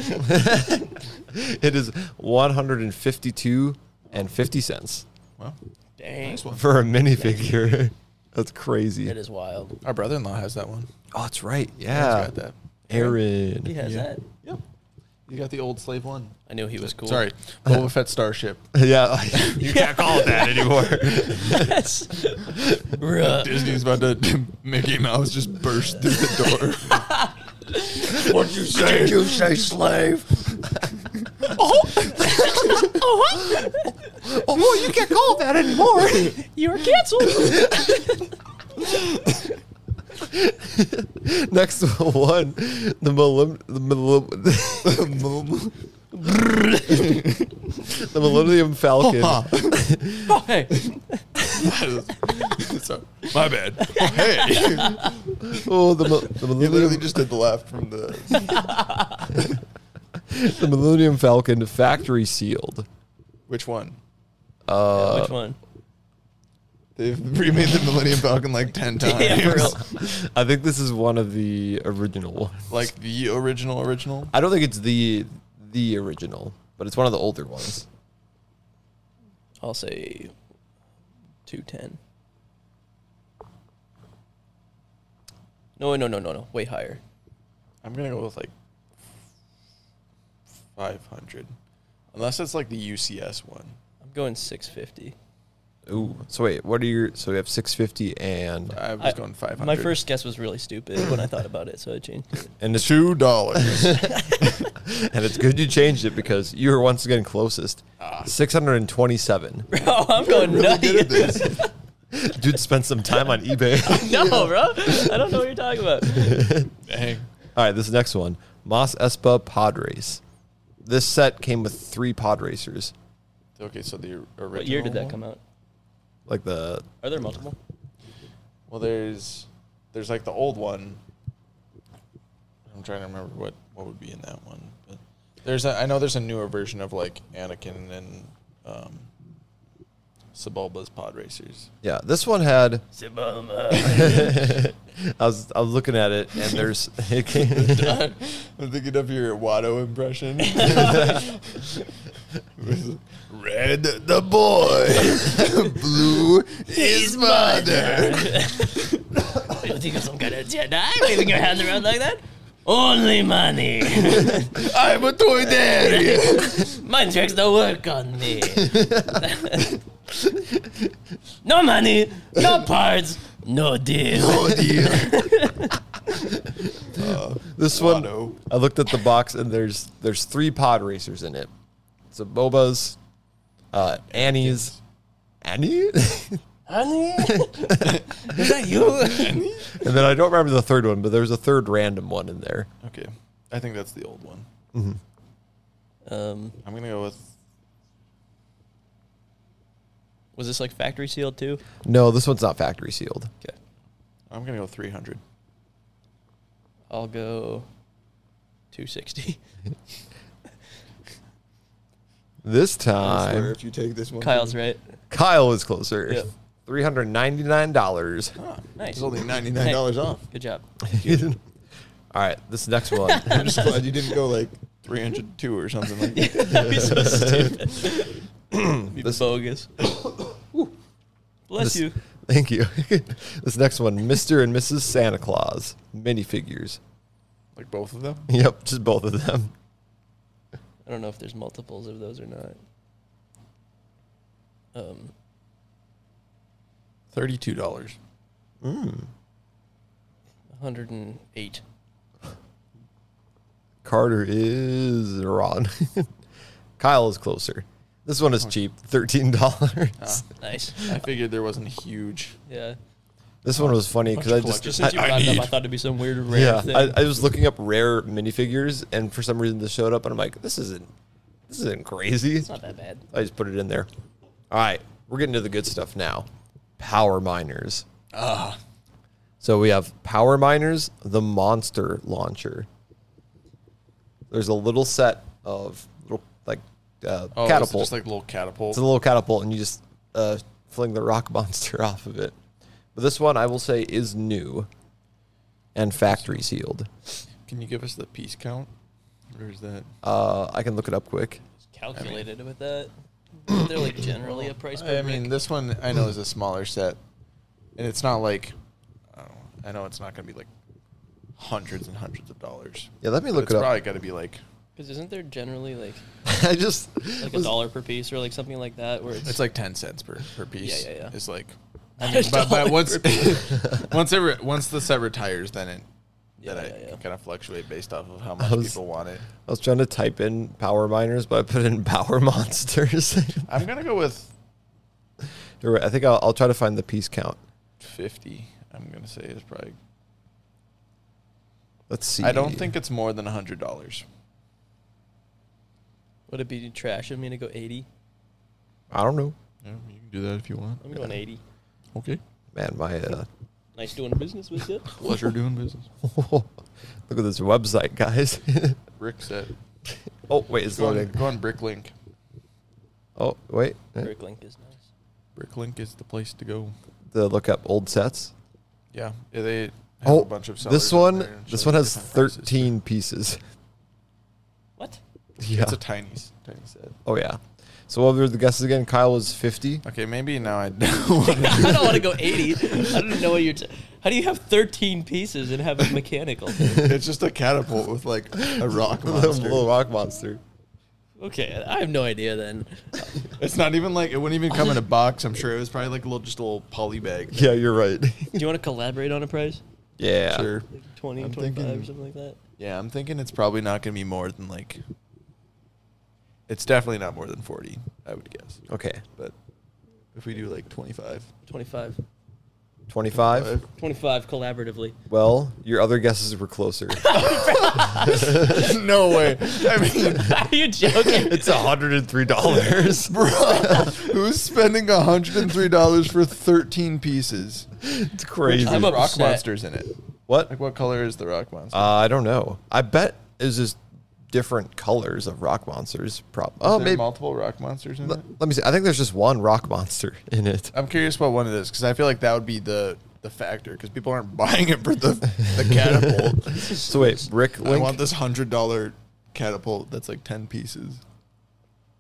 it is one hundred and fifty-two and fifty cents
Well,
Dang.
nice one.
for a minifigure. That's crazy.
That is wild.
Our brother-in-law has that one.
Oh, that's right.
He's
Yeah,
got that.
Aaron.
He has
Yeah.
that.
Yep. You got the old slave one.
I knew he was cool.
Sorry, Boba Fett starship.
Yeah, you can't call it that anymore.
Yes. Bruh.
Disney's about to Mickey Mouse just burst through the door. What'd you say? Did you say slave?
oh, you can't call it that anymore.
You were canceled.
Next one, the milim- the, milim- the Millennium Falcon.
oh, hey.
Sorry, my bad. hey,
Oh, the, mil- the
you literally
Millennium,
just did the laugh from the.
the Millennium Falcon factory sealed.
Which one?
Which one?
They've remade the Millennium Falcon like ten times.
Yeah, for real.
I think this is one of the original ones.
Like the original, original.
I don't think it's the the original, but it's one of the older ones.
I'll say two ten. No, no, no, no, no. Way higher.
I'm gonna go with like five hundred, unless it's like the UCS one.
I'm going six fifty.
Ooh. So wait, what are your? So we have six fifty and
I was going five hundred.
My first guess was really stupid when I thought about it, so I changed it.
and it's
two dollars.
and it's good you changed it because you were once again closest.
Ah.
Six hundred and twenty-seven.
Bro, I'm going nutty.
Dude spent some time on eBay.
No, bro. I don't know what you're talking about.
Dang.
All right, this next one, Moss Espa Pod Race. This set came with three pod racers,
Okay, so the original.
What year did that
one?
come out?
like the
Are there multiple?
Well, there's there's like the old one. I'm trying to remember what what would be in that one. But there's a, I know there's a newer version of like Anakin and um, Sebulba's pod racers.
yeah. This one had
Sibama.
I was I was looking at it and there's it came,
I'm thinking of your Watto impression. Red the boy, blue his mother.
You think I'm some kind of Jedi waving your hands around like that? Only money.
I'm a toy daddy.
My tricks don't work on me. no money, no parts, no deal.
oh dear.
This one,
Lotto.
I looked at the box and there's there's three pod racers in it. So Boba's, uh, Annie's, Annie, and
Honey, is that you?
then I don't remember the third one, but there's a third random one in there.
Okay, I think that's the old one.
um,
I'm gonna go with.
was this like factory sealed too?
No, this one's not factory sealed.
Okay,
I'm gonna go 300.
I'll go 260.
This
I swear,
time,
if you take this one,
Kyle's right.
Kyle is closer.
Yep.
Three hundred ninety nine dollars.
Huh,
Nice.
It's only $99 off.
Oh, Good job.
All right, this next one.
I'm just glad you didn't go like 302 or something like that.
That'd be so stupid. Be bogus. Bless
This-
you.
Thank you. this next one, Mr. and Mrs. Santa Claus minifigures.
Like both of them.
Yep, just both of them.
I don't know if there's multiples of those or not. Um,
Thirty-two dollars.
108.
Carter is wrong. Kyle is closer. This one
Oh.
is cheap, thirteen dollars.
Ah. Nice.
I figured there wasn't a huge.
Yeah.
This one was funny because I
Just
just
since you
I,
brought it
need-
up, I thought it'd be some weird rare
yeah
thing.
I, I was looking up rare minifigures and for some reason this showed up and I'm like this isn't this isn't crazy.
it's not that bad.
I just put it in there. All right, we're getting to the good stuff now. Power miners. Ah. So we have power miners, the monster launcher. There's a little set of little like uh,
Oh, It's
catapult.
just like little catapult.
It's a little catapult, and you just uh, fling the rock monster off of it. But this one, I will say, is new and factory sealed.
Can you give us the piece count? Or is that?
Uh, I can look it up quick.
Calculated with that. Isn't there like generally a price per
I mean,
brick?
this one I know is a smaller set, and it's not like. I, don't know, I know it's not going to be like hundreds and hundreds of dollars.
Yeah, let me
but
look
it's
it up.
probably got to be like
'Cause isn't there generally like
I just
like a
was-
dollar per piece or like something like that where it's,
it's like ten cents per per piece.
Yeah, yeah, yeah.
It's like.
I
But, but once once it re- once the set retires, then it
Yeah,
that
yeah,
it
yeah.
kind of fluctuate based off of how much
was-
people want it.
I was trying to type in power miners, but I put in power monsters.
I'm gonna go with
You're right. I think I'll, I'll try to find the piece count.
fifty. I'm gonna say is probably.
Let's see.
I don't think it's more than hundred dollars.
Would it be trash of me to go 80?
I don't know.
Yeah, you can do that if you want.
I'm going 80.
Okay.
Man, my uh,
Nice doing business with you.
Pleasure doing business.
look at this website, guys.
Brick set.
oh wait, it's
Go on,
loading.
go on Bricklink.
Oh wait, Eh,
Bricklink is nice.
Bricklink is the place to go.
the look up old sets.
Yeah, yeah, they have
Oh,
a bunch of sellers
this
on
one,
there and
this
shows
one has
different prices.
thirteen pieces.
What?
Yeah.
It's a tiny, s- tiny set.
oh yeah. So what were the guesses again? Kyle was fifty.
Okay, maybe now I don't.
I don't want to go 80. I don't know what you're. T- How do you have 13 pieces and have a mechanical? thing?
it's just a catapult with like a rock
Little-
monster.
Little rock monster.
Okay, I have no idea then. Uh,
It's not even like it wouldn't even come in a box. I'm sure it was probably like a little, just a little poly bag.
Yeah, you're right.
Do you want to collaborate on a price?
yeah.
Sure.
Like 20,
I'm
25 or
thinking-
something like that?
Yeah, I'm thinking it's probably not going to be more than like. It's definitely not more than forty. I would guess,
Okay.
but if we do like twenty-five.
25.
Uh,
Twenty-five.
25 collaboratively.
Well, your other guesses were closer.
no way. I mean,
Are you joking?
it's hundred and three dollars.
who's spending $103 for 13 pieces?
It's crazy.
I'm
rock
upset.
monsters in it.
what?
Like, what color is the rock monster?
Uh, I don't know. I bet it's just different colors of rock monsters. Prob-
Is
oh,
there
maybe.
multiple rock monsters in
let,
it?
let me see. I think there's just one rock monster in it.
I'm curious what one it is because I feel like that would be the the factor because people aren't buying it for the the catapult.
So wait, Rick
I
Link.
want this hundred dollar catapult that's like ten pieces.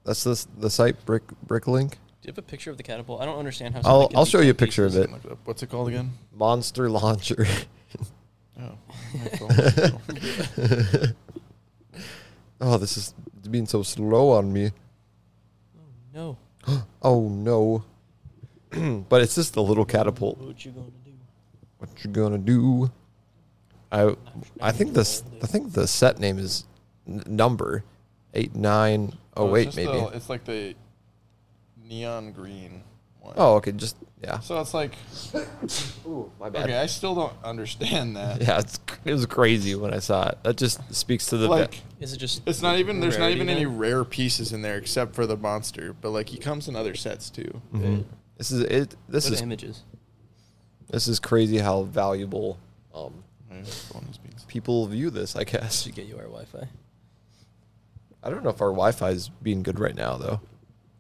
That's this the site Brick Brick Link.
you have a picture of the catapult? I don't understand how.
I'll-
somebody can
I'll show
take
you a picture of
pieces.
it.
What's it called again?
Monster launcher.
Oh, my phone.
oh, this is being so slow on me.
No.
Oh no. but it's just the little catapult.
What you gonna do?
What you gonna do? I I think this I think the set name is n- number eight nine oh
So
eight
it's just
maybe.
the- it's like the neon green one.
oh okay, just yeah.
So it's like
Ooh, my bad.
okay, I still don't understand that.
Yeah, it's, it was crazy when I saw it. That just speaks to the va-
Like
Is it just?
it's not even there's not
Rarity
even
then?
any rare pieces in there except for the monster, but like he comes in other sets too.
Mm-hmm. this is it. This
What
is
images?
this is crazy how valuable um,
My phone is being-
people view this. I guess
To get you our Wi-Fi.
I don't know if our Wi-Fi is being good right now though.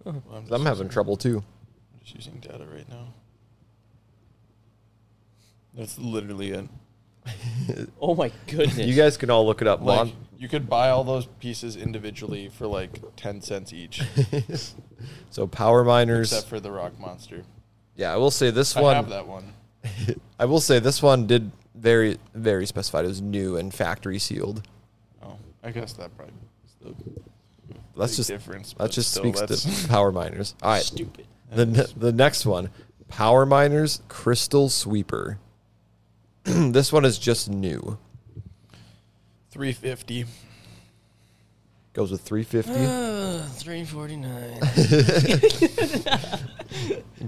Well, I'm
'Cause I'm
just-
having trouble too.
I'm just using data right now. That's literally it.
Oh my goodness.
You guys can all look it up.
Like
Mon-
you could buy all those pieces individually for like ten cents each,
so power miners.
except for the rock monster.
Yeah, I will say this
I
one.
have that one.
I will say this one did very very specified. It was new and factory sealed.
Oh, I guess that probably is the
That's
big
just
difference.
that
but
just
still,
speaks
that's-
to power miners. All right,
Stupid.
the ne- the next one, power miners crystal sweeper. this one is just new.
350.
Goes with 350.
Uh, Three forty-nine.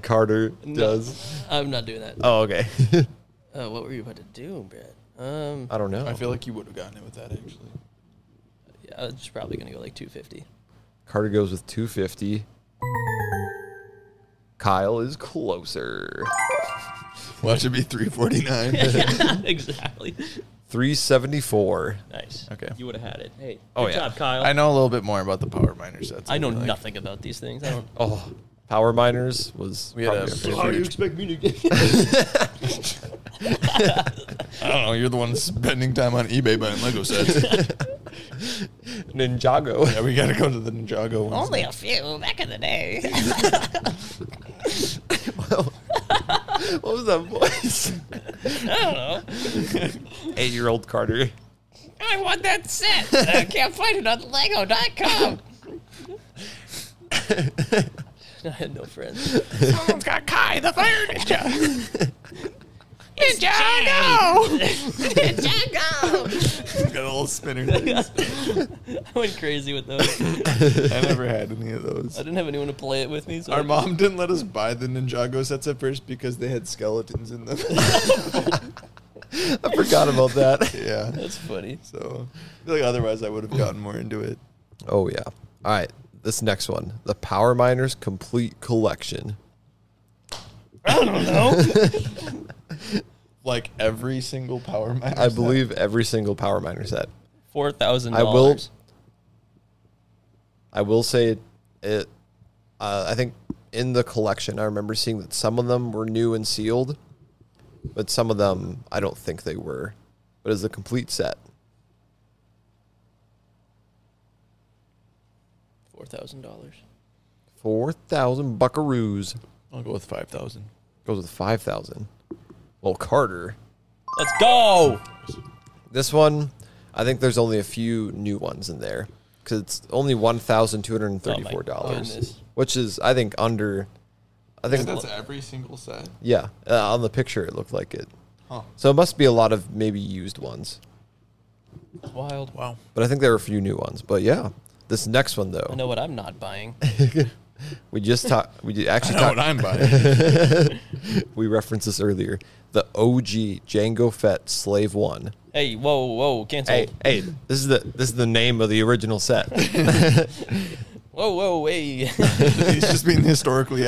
Carter
No.
does.
I'm not doing that.
Oh, okay.
Uh, what were you about to do, Brad? Um,
I don't know.
I feel like you would have gotten it with that actually.
yeah, it's probably gonna go like two fifty.
Carter goes with 250. Kyle is closer.
Watch it be 349.
exactly.
374.
Nice.
Okay.
You would have had it. Hey.
Oh,
good
yeah.
job, Kyle.
I know a little bit more about the power miner sets.
I know
feel like.
nothing about these things. I don't.
Oh, power miners was
We had a
probably-
pretty huge-
expect me to get?
I don't know. You're the one spending time on eBay buying Lego sets.
Ninjago.
yeah, we got to go to the Ninjago
Oh
ones.
Only a few back in the day.
what was that voice?
I don't know.
Eight-year-old Carter.
I want that set. I can't find it on Lego.com.
Oh.
I had no friends.
Someone's got Kai the Fire Ninja. Ninjago! Ninjago!
got a little spinner. thing.
I went crazy with those. I
I never had any of those.
didn't have anyone to play it with me. So
Our mom didn't let us buy the Ninjago sets at first because they had skeletons in them.
I forgot about that.
yeah.
That's funny.
So, I feel like otherwise I would have gotten more into it.
Oh yeah. All right. This next one, the Power Miners Complete Collection.
Like every single power miner.
I
set.
believe every single Power Miner set.
Four thousand
I will.
dollars.
I will say it. Uh, I think in the collection, I remember seeing that some of them were new and sealed, but some of them I don't think they were. But it's a complete set.
Four thousand dollars.
Four thousand buckaroos
I'll go with 5,000.
goes with five thousand. Well, Carter,
Let's go.
this one, I think there's only a few new ones in there because it's only one thousand two hundred thirty-four
Oh my
dollars,
goodness.
which is I think under. I think
That's every single set.
yeah, uh, on the picture it looked like it.
Huh.
So it must be a lot of maybe used ones,
Wild.
Wow.
but I think there were a few new ones. But yeah, this next one
I
though,
know what I'm not buying.
we just talked. We did actually
I know what
talked.
I'm buying.
We referenced this earlier. The OG Django Fett Slave One.
hey, whoa, whoa, cancel.
Hey, hey, this is the this is the name of the original set.
Whoa, whoa, hey.
He's just being historically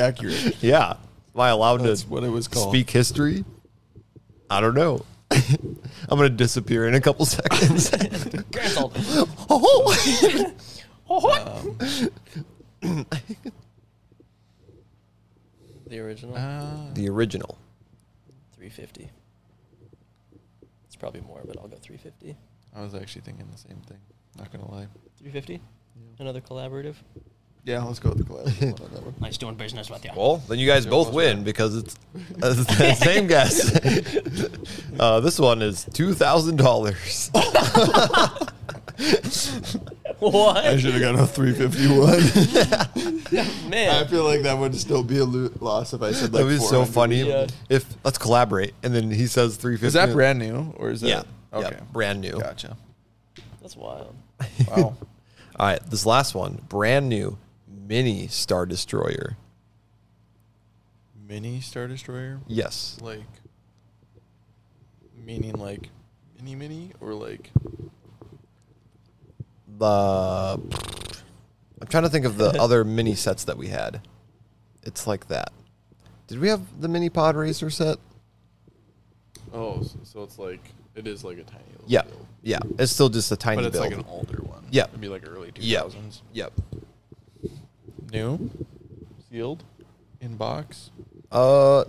accurate.
yeah, am I allowed
That's
to
what it was called.
speak history? I don't know. I'm gonna disappear in a couple seconds.
cancel.
oh,
The original.
Uh,
the original.
three fifty. It's probably more, but I'll go three fifty.
I was actually thinking the same thing. Not gonna lie.
Three fifty. Another collaborative.
Yeah, let's go with the collateral one on that one.
Nice doing business with you.
Well, then you guys both win because it's, it's the same guess. uh, this one is two thousand dollars.
I
What?
should have gotten a 351. I
Man.
feel like that would still be a lo- loss if I said like
That was so
400.
funny.
Yeah.
If let's collaborate, and then he says three fifty.
Is that brand new or is that
Yeah.
Okay.
yeah, brand new.
Gotcha.
That's wild.
Wow.
All right, this last one, brand new mini Star Destroyer.
Mini Star Destroyer?
Yes,
Like meaning like mini mini or like
the I'm trying to think of the other mini sets that we had. It's like that. Did we have the mini pod racer set?
oh so, so it's like it is like a tiny little
Yeah,
build.
yeah. It's still just a tiny
But it's
build.
like an older one.
Yeah.
It'd be like early 2000s.
Yep. Yep.
New? Sealed? In box?
Uh,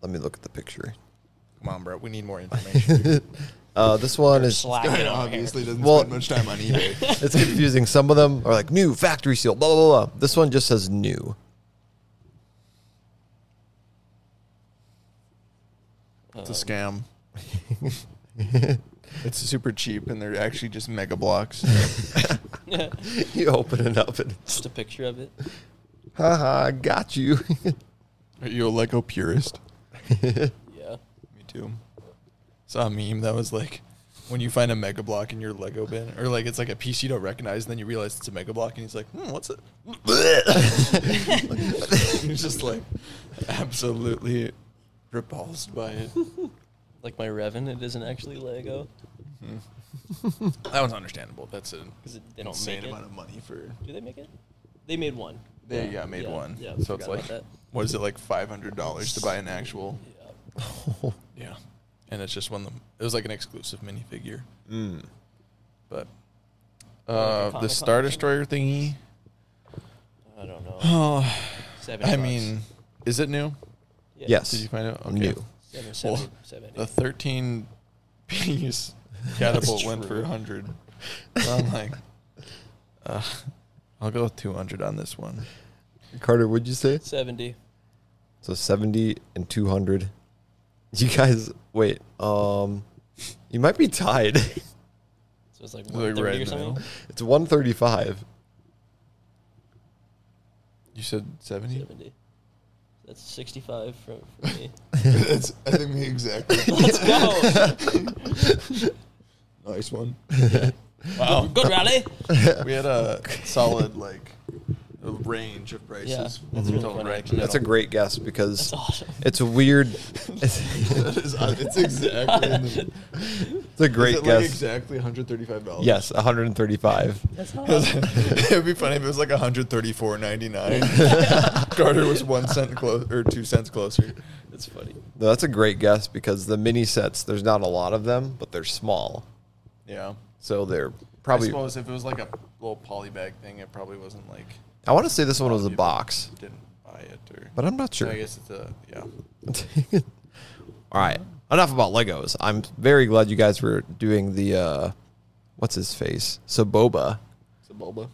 let me look at the picture.
Come on, bro. We need more information.
Uh, this one is
Slacking over here.
doesn't
Well-
time on eBay.
it's confusing. Some of them are like new factory seal, blah blah blah. This one just says new.
it's a scam. it's super cheap, and they're actually just mega blocks.
you open it up and
Just a picture of it.
haha, got you.
Are you a Lego purist?
Yeah.
Me too. Saw a meme that was like, when you find a mega block in your Lego bin, or like it's like a piece you don't recognize, and then you realize it's a mega block, and he's like, hmm, what's it? he's just like absolutely repulsed by it.
Like my Revan, it isn't actually Lego.
That one's understandable. That's an
Because they don't
insane
make it.
amount of money for.
Do they make it? They made one.
They yeah, made
yeah,
one.
yeah,
so it's
forgot
like,
about that.
what is it like five hundred dollars to buy an actual?
Yeah.
Yeah, and it's just one of them. It was like an exclusive minifigure. But uh,
Comic-Con
the Star
thing?
Destroyer thingy.
I don't know.
Oh,
Seven.
I mean, is it new?
yeah.
yes,
Did you find out?
New.
Seven,
Well,
seven, seven,
The
eight.
thirteen piece catapult went for hundred. I'm like, uh, I'll go with two hundred on this one.
Carter. What'd you say?
70.
So seventy and two hundred. You guys, wait. Um, you might be tied.
So it's like
like, right
130
in
or
the
something?
middle.
it's one thirty-five.
You said seventy.
70. That's 65 from, from me.
That's I think me exactly.
Let's go.
Nice one.
wow. Good rally.
We had a solid like a range of prices.
Yeah, that's really
Don't
funny,
rank
actually.
That's a great guess because
That's awesome.
it's a weird. It's,
that is, it's exactly. in the-
it's a great
is it
guess.
Like exactly one hundred thirty-five dollars.
Yes, one hundred and thirty-five.
That's not
It'd be funny if it was like one hundred thirty-four ninety-nine. Carter was one cent close or two cents closer.
That's funny.
No, that's a great guess because the mini sets, there's not a lot of them, but they're small.
Yeah.
So they're
I
probably. I,
suppose if it was like a little poly bag thing, it probably wasn't like
want to say this one was a box,
didn't buy it or.
but I'm not sure.
I guess it's a yeah.
All right, enough about Legos. I'm very glad you guys were doing the, uh, what's his face? So Boba,
It's a Bulba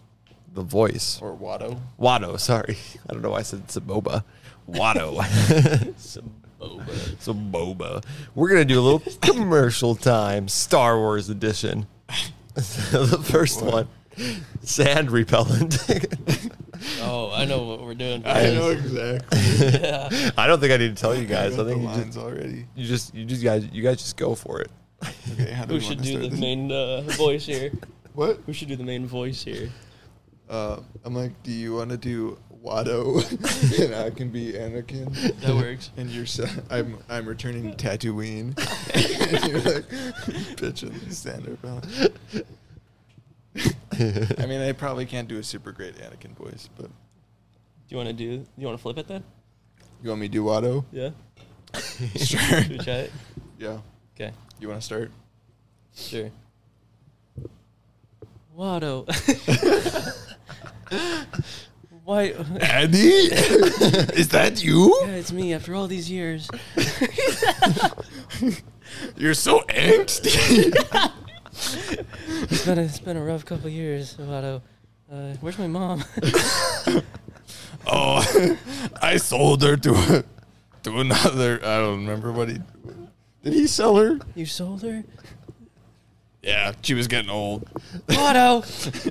the voice.
or Watto.
Watto, sorry. I don't know why I said Saboba. Watto.
Saboba.
Saboba. We're going to do a little commercial time, Star Wars edition. the first one, sand repellent.
Oh, I know what we're doing.
I know exactly.
I don't think I need to tell you guys. I
got
think
the
you
lines
just,
already.
you just, you just guys, you guys just go for it.
Okay, how do
Who
we
should
want to
do
start
the
this?
main uh, voice here?
What?
Who should do the main voice here?
Uh, I'm like, do you want to do Watto, and I can be Anakin?
That works.
And you're, so, I'm, I'm returning to Tatooine. and you're like, pitching standard balance. I mean, I probably can't do a super great Anakin voice, but
Do you want to do? You want to flip it then?
you want me to do Watto?
Yeah. Should we
sure.
try it?
Yeah.
Okay.
You want to start?
Sure. Watto. Why? Yeah,
Andy, is that you?
it's me after all these years.
You're so angsty.
It's been a, it's been a rough couple years, Watto. uh, where's my mom?
Oh, I sold her to a, to another. I don't remember what he did. He sell her?
you sold her?
Yeah, she was getting old.
Otto!
Hey,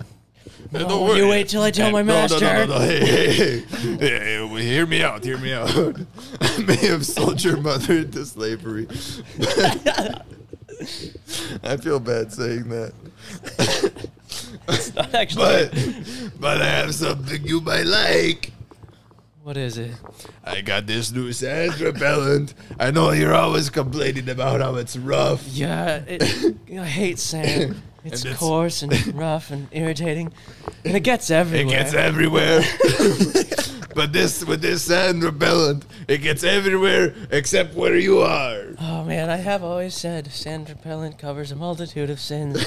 No,
don't worry.
you wait till I tell
Hey,
my
no,
master.
No, no, no, no. Hey, hey, hey. hey, hey, well, hear me out. Hear me out. I may have sold your mother into slavery. but- I feel bad saying that.
It's not actually.
But, but I have something you might like.
What is it?
I got this new sand repellent. I know you're always complaining about how it's rough.
Yeah, it, I hate sand. It's
And it's-
coarse and rough and irritating, and it gets everywhere.
It gets everywhere. but this with this sand repellent, it gets everywhere except where you are.
Oh man, I have always said sand repellent covers a multitude of sins.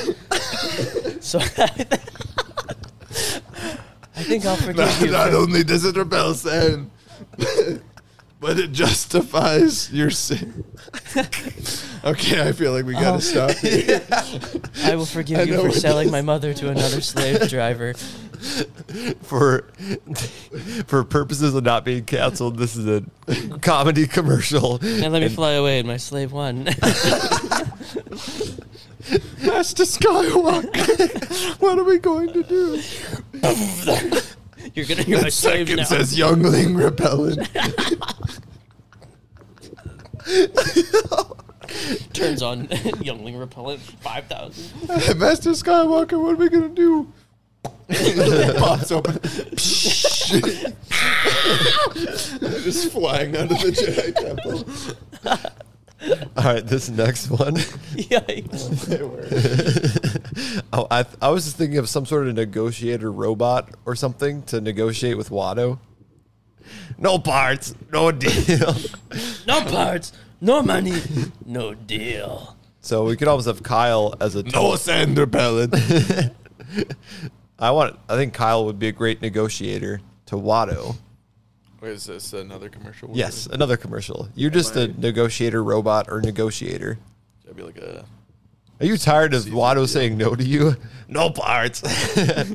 so I think I'll forgive
Not,
you.
not
for-
only does it repel sand, but it justifies your sin. okay, I feel like we gotta
Oh.
stop. here.
I will forgive
I
you
know
for
it
selling
is.
my mother to another slave driver.
for for purposes of not being canceled, this is a comedy commercial.
And let me fly away, and my slave won.
Master Skywalker, what are we going to do?
you're gonna you're my
The
slave
second
now.
says Youngling repellent.
Turns on youngling repellent five thousand.
Master Skywalker, what are we gonna do? Pops open. Just flying out of the Jedi temple.
All right, this next one.
Yikes!
They were.
Oh, I I was just thinking of some sort of negotiator robot or something to negotiate with Watto. No parts, no deal.
No parts, no money, no deal.
so we could almost have Kyle as a.
No sand repellent.
I want. I think Kyle would be a great negotiator to Watto.
Where is this? Another commercial?
Yes, another commercial. You're just a negotiator robot or negotiator.
I'd be like a.
Are you tired of Watto saying no to you? No parts.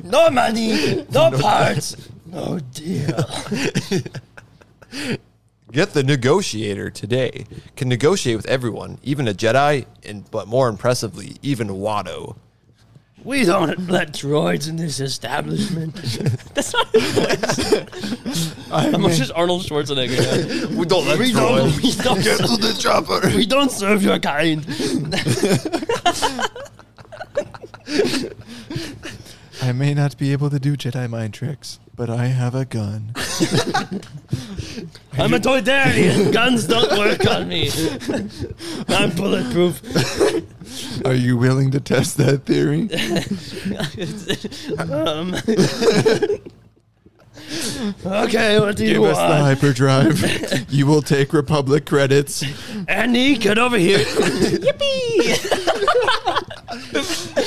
No money, no, parts, no deal.
Get the negotiator today. Can negotiate with everyone, even a Jedi, and but more impressively, even Watto.
We don't let droids in this establishment. That's not his voice. Unless it's Arnold Schwarzenegger.
We don't let
don't- we don't-
Get to the chopper.
we don't serve your kind.
I may not be able to do Jedi mind tricks, but I have a gun.
I'm a Toydarian. Guns don't work on me. I'm bulletproof.
Are you willing to test that theory?
um, okay, what do
Give
you
us the
want?
hyperdrive. you will take Republic credits.
Annie, get over here. Yippee!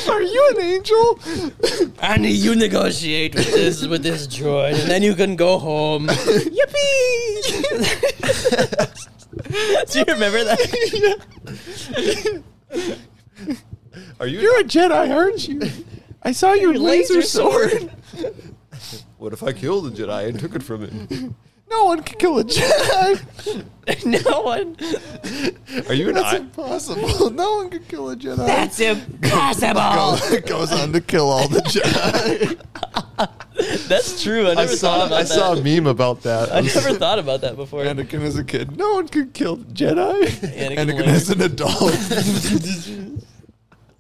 Are you an angel?
Annie, you negotiate with this with this droid, and then you can go home. Yippee! do you remember that?
Are you?
You're a Jedi, aren't you? I saw your, laser,
laser
sword.
What if I killed a Jedi and took it from him?
No one can kill a Jedi.
no one.
Are you an
That's
I?
impossible. No one can kill a Jedi.
That's impossible.
It goes on to kill all the Jedi.
That's true. I
I
never thought
saw.
about
I
that.
saw a meme about that.
I never thought about that before.
Anakin as a kid. No one could kill Jedi. Anakin,
Anakin
as an adult.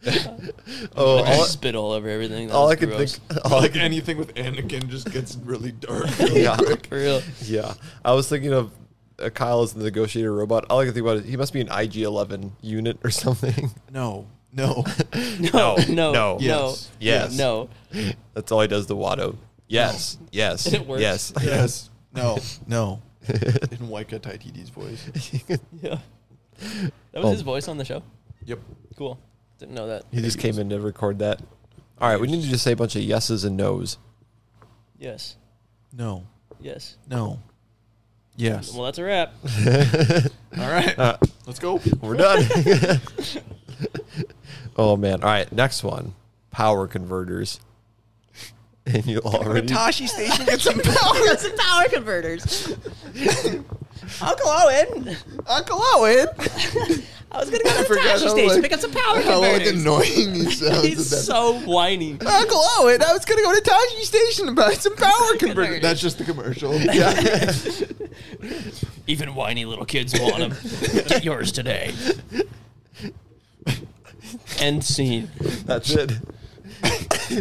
oh,
I
all,
just spit all over everything. That
all
was
I could
gross.
think. All I
like
could
anything with Anakin just gets really dark real
Yeah.
quick.
For real.
Yeah, I was thinking of uh, Kyle as the negotiator robot. All I can think about is he must be an IG Eleven unit or something.
No. No.
No, no,
no,
no,
yes,
yes.
no.
That's all he does. The Watto. Yes, yes,
It works.
yes.
yes. No. No. In Waika Taititi's voice.
Yeah. That was
Oh.
his voice on the show.
Yep.
Cool. Didn't know that.
he just came in to record that. All right, we need to just say a bunch of yeses and nos.
Yes.
No.
Yes.
No. Yes. Uh,
Well, that's a wrap.
All right. Let's go.
We're done. oh man! All right, next one. Power converters. and you already
Tashi Station gets some
power, some power converters.
Uncle Owen.
Uncle Owen.
I was gonna go to the
forgot
Tashi
how,
station
like-
pick up some power
How like
converters.
annoying he sounds.
He's
with that.
so whiny.
Uncle Owen, I was gonna go to Tashi Station and buy some power converters. That's just the commercial. Yeah.
Even whiny little kids want him. Get yours today. End scene.
that's it.
I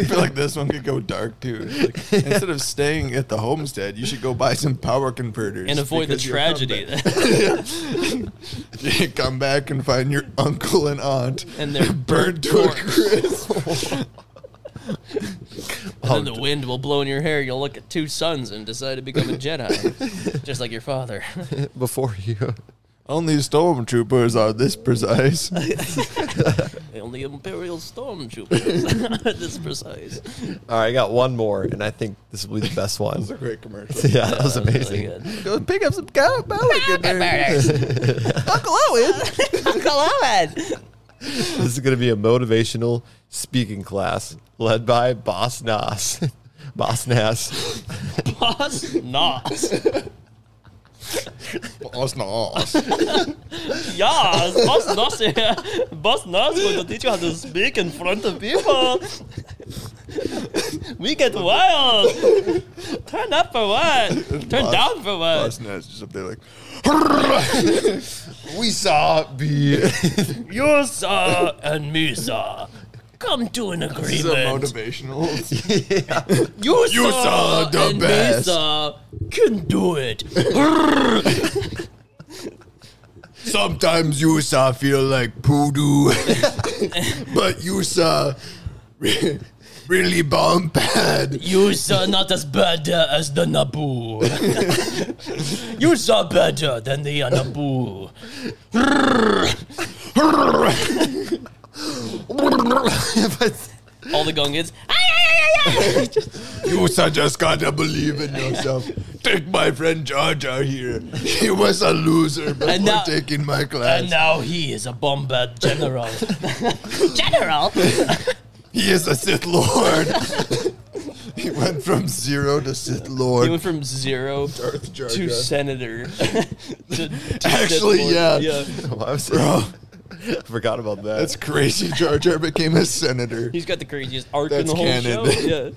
feel like this one could go dark too. It's like, instead of staying at the homestead, you should go buy some power converters
And avoid the
because you'll
tragedy.
Come back, you come back and find your uncle and aunt
and they're burnt
burned to a
torn.
crisp.
And
Oh,
then the wind will blow in your hair. You'll look at two suns and decide to become a Jedi, just like your father.
Before you,
Only stormtroopers are this precise.
Only Imperial stormtroopers are this precise.
all right, I got one more, and I think this will be the best one.
It's a great commercial.
yeah, that was
That was really
amazing.
Go
good.
pick up some power converters. Uncle Owen.
Uncle Owen.
This is going to be a motivational speaking class led by Boss Nas. Boss Nas.
Boss Nas.
Boss Noss.
Yes, Boss Nas. here. Boss Nas going to teach you how to speak in front of people. We get wild. Turn up for what? Turn
Boss-
down for what?
Boss Noss just up there like,
We saw be
You saw and me saw. Come to an agreement.
this is a motivational.
You,
You
saw,
saw the
and
best.
We saw can do it.
Sometimes you saw feel like poodoo, but you saw re- really bomb bad.
You saw not as bad uh, as the Naboo. you saw better than the uh, Naboo. All the Gungans.
You saw just gotta believe in yourself. Take my friend Jar Jar here. He was a loser before
And now-
taking my
And
class.
now he is a Bombad general.
General.
he is a Sith Lord. he went from zero to Sith
He
Lord.
went from zero
Darth Jar
to
Jar.
senator. to, to
Actually,
Sith Lord.
yeah.
I was-
Bro,
forgot about that.
that's crazy. Jar Jar became a senator.
He's got the craziest arc in
That's
the whole
canon.
show. Yeah.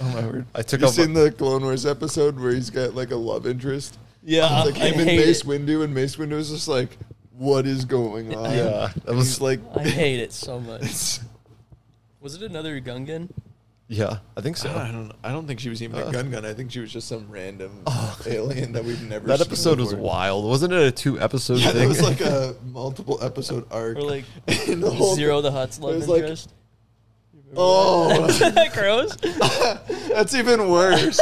Oh my word.
I took
you
off my-
seen the Clone Wars episode where he's got like a love interest?
Yeah.
like
I, I
him and
hate
Mace
it.
Windu, and Mace Windu is just like, "What is going on?"
Yeah, that
And
was-
he's like,
I hate it so much. Was it another Gungan?
yeah, I think so.
I don't, know. I don't think she was even a gun gun. I think she was just some random alien Oh, that we've never.
that
seen
episode was
before.
wild. Wasn't it a two episode
Yeah,
thing?
that was like a multiple episode arc.
Or like
And the whole-
Zero the Hutt's love
it was like-
interest?
Oh,
that gross.
that's even worse.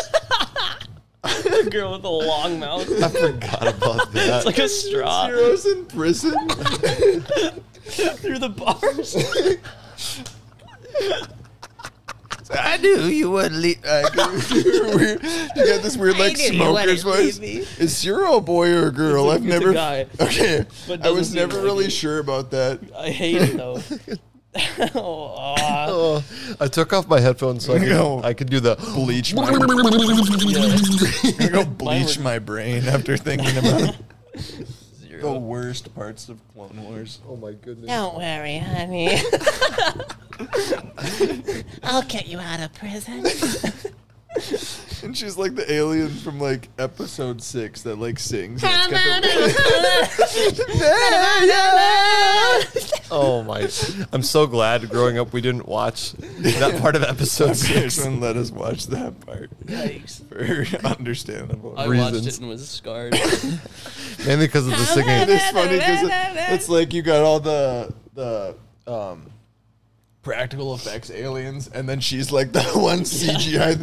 The girl with the long mouth.
I forgot about that.
It's like a straw
Zero's in prison.
through the bars.
I knew you would leave. uh, you got this weird like
I knew you wouldn't
smoker's voice.
leave me.
Is Zero a boy or a girl?
It's a-
I've
it's a
never.
guy.
Okay,
But
I was
doesn't seem
never
like
really
it.
sure about that.
I hate it though. oh, ah.
Oh, I took off my headphones so I could,
No.
I could do the
bleach my I go
bleach
bleach my brain after thinking about the worst parts of Clone Wars.
Oh my goodness.
Don't worry, honey. I'll get you out of prison.
And she's like the alien from like episode six that like sings. and it's
Come
got
on,
the-
Oh my! I'm so glad growing up we didn't watch that part of episode
Parents
six.
wouldn't let us watch that part
Yikes.
for understandable
I watched it
reasons.
and was scarred.
Mainly because of the singing.
It's funny because it's like you got all the the um practical effects aliens, and then she's like the one CGI.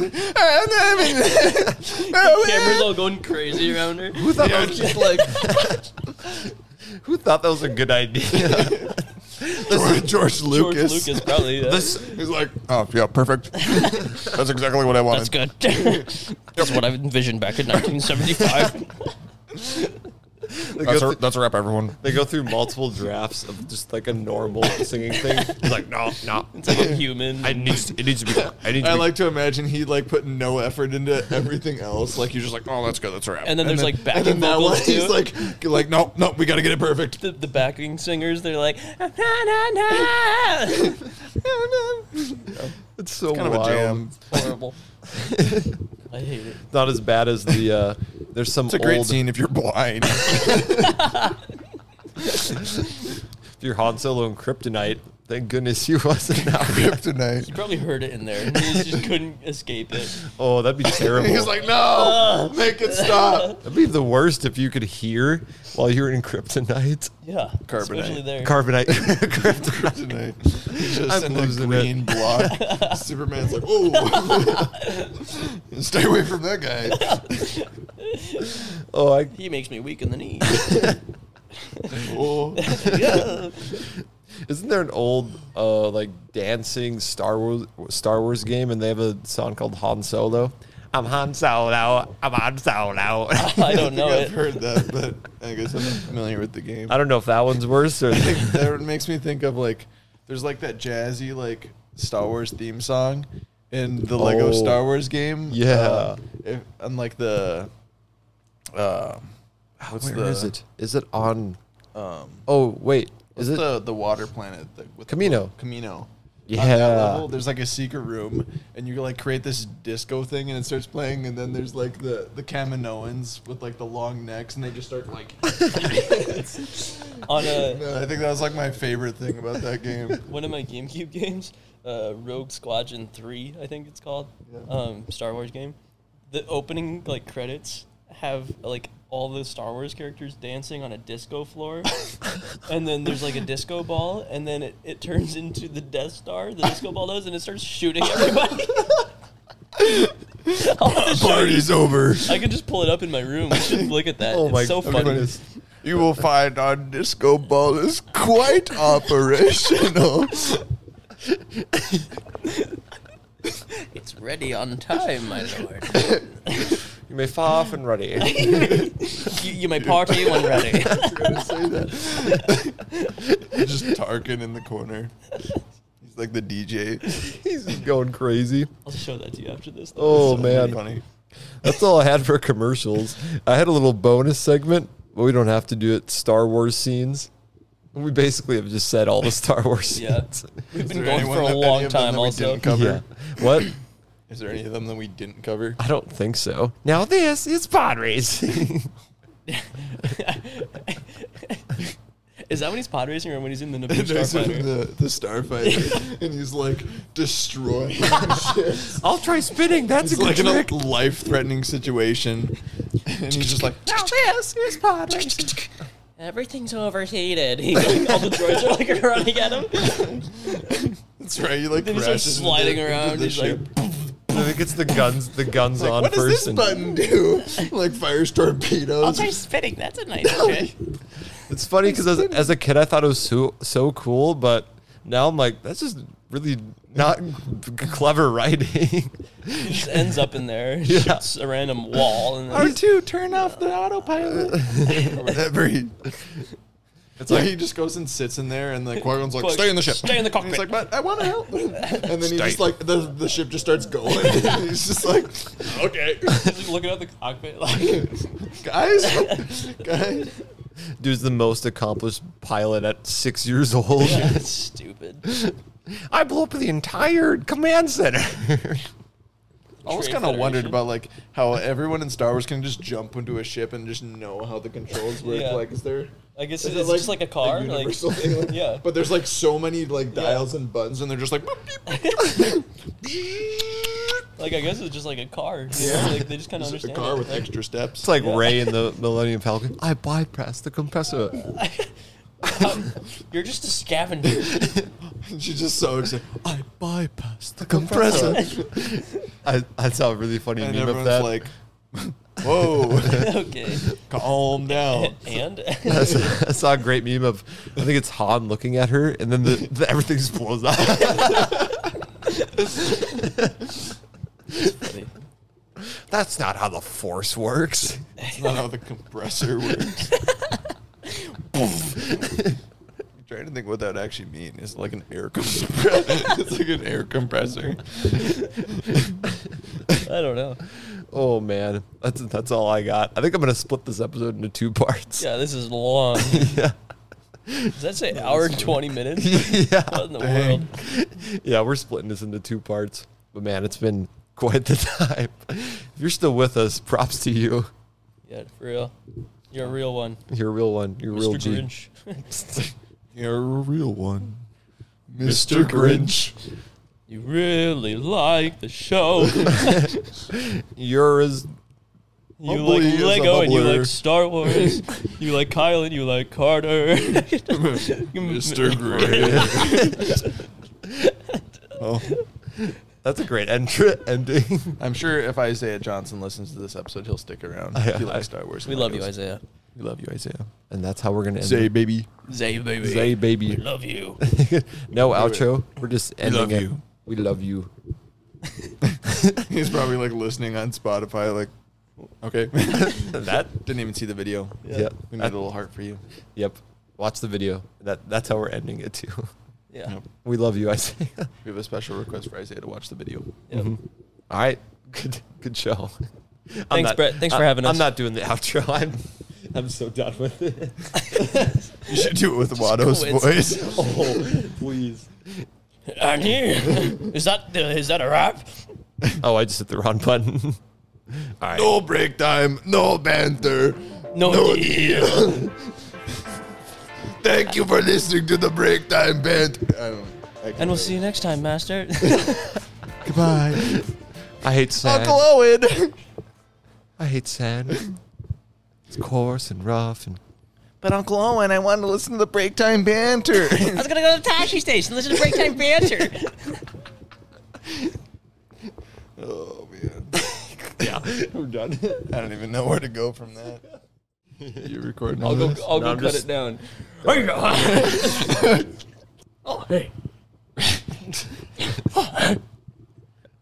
Cameras
that-
all going crazy around her.
Who thought,
Yeah,
that
it's
was,
just like
who thought that was a good idea?
George, George
George
Lucas.
Lucas probably. Yeah.
This-
He's like, oh yeah, perfect. That's exactly what I wanted.
That's good. That's what I envisioned back in 1975.
They go,
That's a,
through,
that's a wrap, everyone.
they go through multiple drafts of just like a normal singing thing.
He's like, no, no.
It's like a human.
It needs, it needs to be. I need to
I
be.
like to imagine he like put no effort into everything else. Like
You're just like, oh, that's good. That's a wrap.
and then there's like
and
backing
then that
vocals
one,
too.
he's like, like nope, nope, we gotta get it perfect.
the, the backing singers, they're like, na na na.
It's so
Kind of
wild.
a jam.
Horrible. I hate it.
Not as bad as the. Uh, there's some
It's a great
old.
scene if you're blind.
If you're Han Solo and Kryptonite, thank goodness you wasn't out yet.
Kryptonite.
You probably heard it in there. and You just couldn't escape it.
Oh, that'd be terrible.
He's like,
Uh,
no, make it stop.
that'd be the worst if you could hear while you were in Kryptonite.
Yeah. Especially
Carbonite.
there.
Carbonite. Kryptonite.
Kryptonite. He's just
I'm
in the
losing
green
it.
block. Superman's like, oh, stay away from that guy.
Oh, I,
He makes me weak in the knee.
Oh.
yeah.
isn't there an old uh, like dancing Star Wars Star Wars game, and they have a song called Han Solo? I'm Han Solo. I'm Han Solo.
I don't know
I think
it.
I've heard that, but I guess I'm not familiar with the game.
I don't know if that one's worse or. The,
think that makes me think of like there's like that jazzy like Star Wars theme song in the Lego
Oh.
Star Wars game.
Yeah.
uh, if, on like the uh, what's
where
the,
is it? Is it on?
Um,
Oh wait, is
what's
it?
the the water planet that with the-
Camino.
Camino. Uh,
Yeah.
On that level, there's like a secret room, and you like create this disco thing, and it starts playing, and then there's like the the Kaminoans with like the long necks, and they just start like.
On a,
I think that was like my favorite thing about that game.
one of my GameCube games, uh, Rogue Squadron Three, I think it's called, um, Star Wars game. The opening like credits have like all the Star Wars characters dancing on a disco floor, and then there's like a disco ball, and then it, it turns into the Death Star. The disco ball does, and it starts shooting everybody. I'll have to show you.
Party's over.
I can just pull it up in my room. We should look at that.
Oh
it's
my
so funny.
goodness.
You will find our disco ball is quite operational.
It's ready on time, my lord.
You may far off and ready.
you, you may party when ready.
Just Tarkin in the corner. He's like the DJ.
He's just going crazy.
I'll show that to you after this. Though.
Oh man,
Funny.
that's all I had for commercials. I had a little bonus segment, but we don't have to do it. Star Wars scenes. We basically have just said all the Star Wars
Yeah.
scenes.
We've been
there
going
anyone
for
that-
a
any
long
of them
time
that we
also.
didn't cover?
Yeah. What?
Is there any of them that we didn't cover?
I don't think so. Now this is pod racing.
Is that when he's pod racing or when he's in the Naboo
There's
Starfighter?
the, the starfighter, and he's like destroying. ships.
I'll try spinning. That's
It's
a
like
good
in a
trick.
life-threatening situation, and he's just like,
Now this is pod racing.
Everything's overheated. He, like, all the droids are like running at him.
"That's right." You like
Then he starts
crashes into
sliding
the- into
around,
the
he's like,
ship.
I think it's the guns. The guns
Like,
on
what does
first.
this
and-
button do? like fires torpedoes.
They're spitting. That's a nice trick.
It's funny because as, as a kid, I thought it was so so cool, but now I'm like, that's just really not g- clever writing.
He just ends up in there, shoots a random wall, and then
R2, turn off the autopilot. or whatever. He,
It's
so
like
he just goes and sits in there, and the Qui-Gon's like,
Qui-
stay in the ship.
stay in the
And he's like,
cockpit."
but I want to help. And then he
Stay.
just like, the, the ship just starts going. he's just like, okay.
he's just looking out the cockpit like,
Guys, guys.
dude's the most accomplished pilot at six years old.
that's stupid.
I blew up the entire command center.
I always
Trade
kind of wondered
Federation.
about like how everyone in Star Wars can just jump into a ship and just know how the controls work.
Yeah.
Like, is there?
I guess
is
it's,
it,
just like a car. like,
universal thing? Like,
yeah.
But there's like so many like dials and buttons, and they're just like. boop, beep, boop,
like, I guess it's just like a car. you know,
Yeah.
Like, they just kind of
Just a
understand.
car
it.
with extra steps.
It's like Ray in the Millennium Falcon. I bypassed the compressor.
Um,
You're just a scavenger.
She's just so excited.
I bypassed the compressor. I, I saw a really funny
And
meme of
everyone's
that.
like, whoa,
okay.
calm down.
And
I saw, I saw a great meme of I think it's Han looking at her, and then the, the everything just blows up. That's not how the force works.
That's not how the compressor works.
I'm trying to think what that would actually mean. It's like an air compressor. it's like an air compressor.
I don't know.
Oh man, that's that's all I got. I think I'm gonna split this episode into two parts.
Yeah, this is long.
Yeah,
Does that say hour and 20 minutes?
yeah,
What in the
Dang.
world?
yeah. We're splitting this into two parts. But man, it's been quite the time. If you're still with us, props to you.
Yeah, for real. You're a real one.
You're a real one. You're a real
Mr.
G.
Grinch.
You're a real one.
Mr. Grinch.
you really like the show.
You're as
You
Humbly
like
is a
Lego and you
bubbler.
like Star Wars. you like Kyle and you like Carter.
Mr. Grinch. oh,
that's a great entr- ending.
I'm sure if Isaiah Johnson listens to this episode, he'll stick around.
Yeah.
he likes Star Wars.
we love you, Isaiah.
We love you, Isaiah.
and that's how we're gonna end.
Say,
it.
baby.
Zay, baby.
Zay baby.
Love you.
no outro. We're just ending
love
it.
you.
We love you.
He's probably like listening on Spotify. Like, okay,
That.
didn't even see the video.
Yeah.
We made a little heart for you.
Yep. Watch the video. That that's how we're ending it too.
Yeah.
We love you, Isaiah.
We have a special request for Isaiah to watch the video.
Yep.
All right. Good good show. I'm
Thanks,
not-
Brett. Thanks for
I-
having us.
I'm not doing the outro. I'm I'm so done with it.
You should do it with Wado's
go with-
voice.
Oh, please.
I'm here. is that the, is that a wrap?
Oh, I just hit the wrong button. All right.
No break time. No banter.
No,
No
deal.
deal. Thank you for listening to the break time banter. I don't. I
And we'll see you next time, Master.
Goodbye,
I hate sand.
Uncle Owen.
I hate sand. It's coarse and rough and
But Uncle Owen, I want to listen to the break time banter.
I was gonna go to the Tashi station, listen to break time banter.
oh man,
yeah. We're done.
I don't even know where to go from that. You recording?
I'll go,
this?
I'll
No,
go
I'm
cut
just-
it down.
Oh, hey.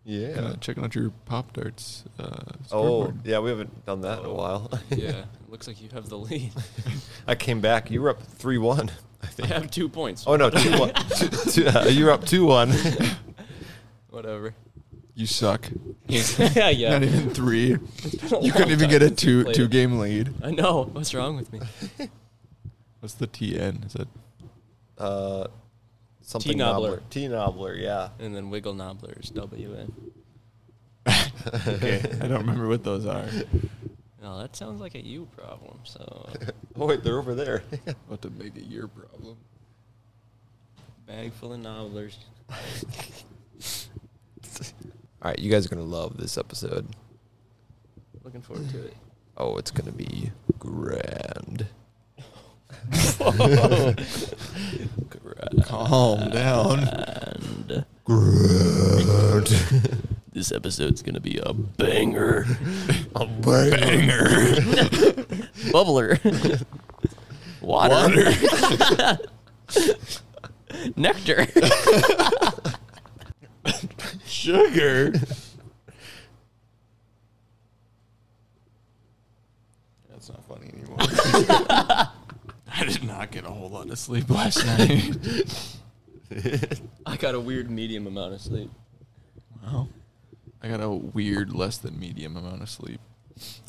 Yeah.
checking out your pop darts. Uh,
Oh, yeah, we haven't done that in a while.
Yeah, it looks like you have the lead.
I came back. You were up 3-1, I
I
think.
have two points.
Oh no, two one. two, two, uh, you're up two one.
Whatever.
you suck.
yeah, yeah.
Not even three. You couldn't
long
even
time
get a
since we
two
played
two
it.
game lead.
I know. What's wrong with me?
What's the TN? Is that
Uh, something
T-nobbler.
nobbler. T nobbler, yeah.
And then Wiggle Nobblers, WN.
okay? I don't remember what those are.
No, that sounds like a you problem. So,
Oh wait, they're over there.
What to make it your problem?
bag full of nobblers.
All right, you guys are gonna love this episode.
Looking forward to it.
Oh, it's gonna be grand.
Calm down.
And this episode's gonna be a banger.
A banger.
Bubbler. Water. Nectar.
Sugar. That's not funny anymore. I did not get a whole lot of sleep last night.
I got a weird medium amount of sleep.
Wow. I got a weird less than medium amount of sleep.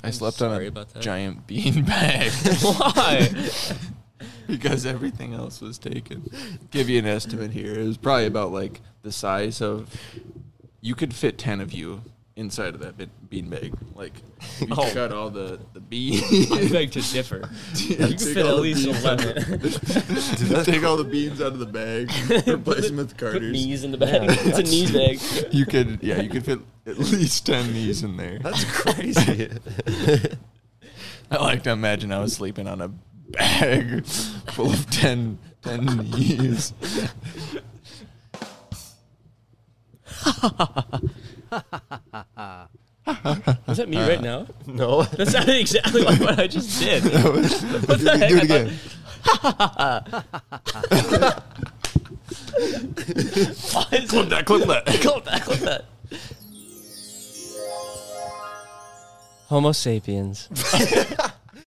I slept
sorry
on a
about that.
giant bean bag
Why?
because everything else was taken. Give you an estimate here. It was probably about like the size of you could fit 10 of you inside of that bit- bean bag. Like if you
Oh.
cut all the the beans.
I beg to differ.
you
could fit at least 11.
Take all the beans out of the bag, replace them with Carter's.
knees in the bag. it's a knees bag.
You could, yeah, you could fit at least ten knees in there.
That's crazy.
I like to imagine I was sleeping on a bag full of 10, 10 knees.
Is that me
Uh,
right now?
no.
That sounded exactly like what I just did.
do,
the heck?
do it
I thought-
again.
Why is
Clip
it?
that, clip that.
Go back with that. Homo sapiens.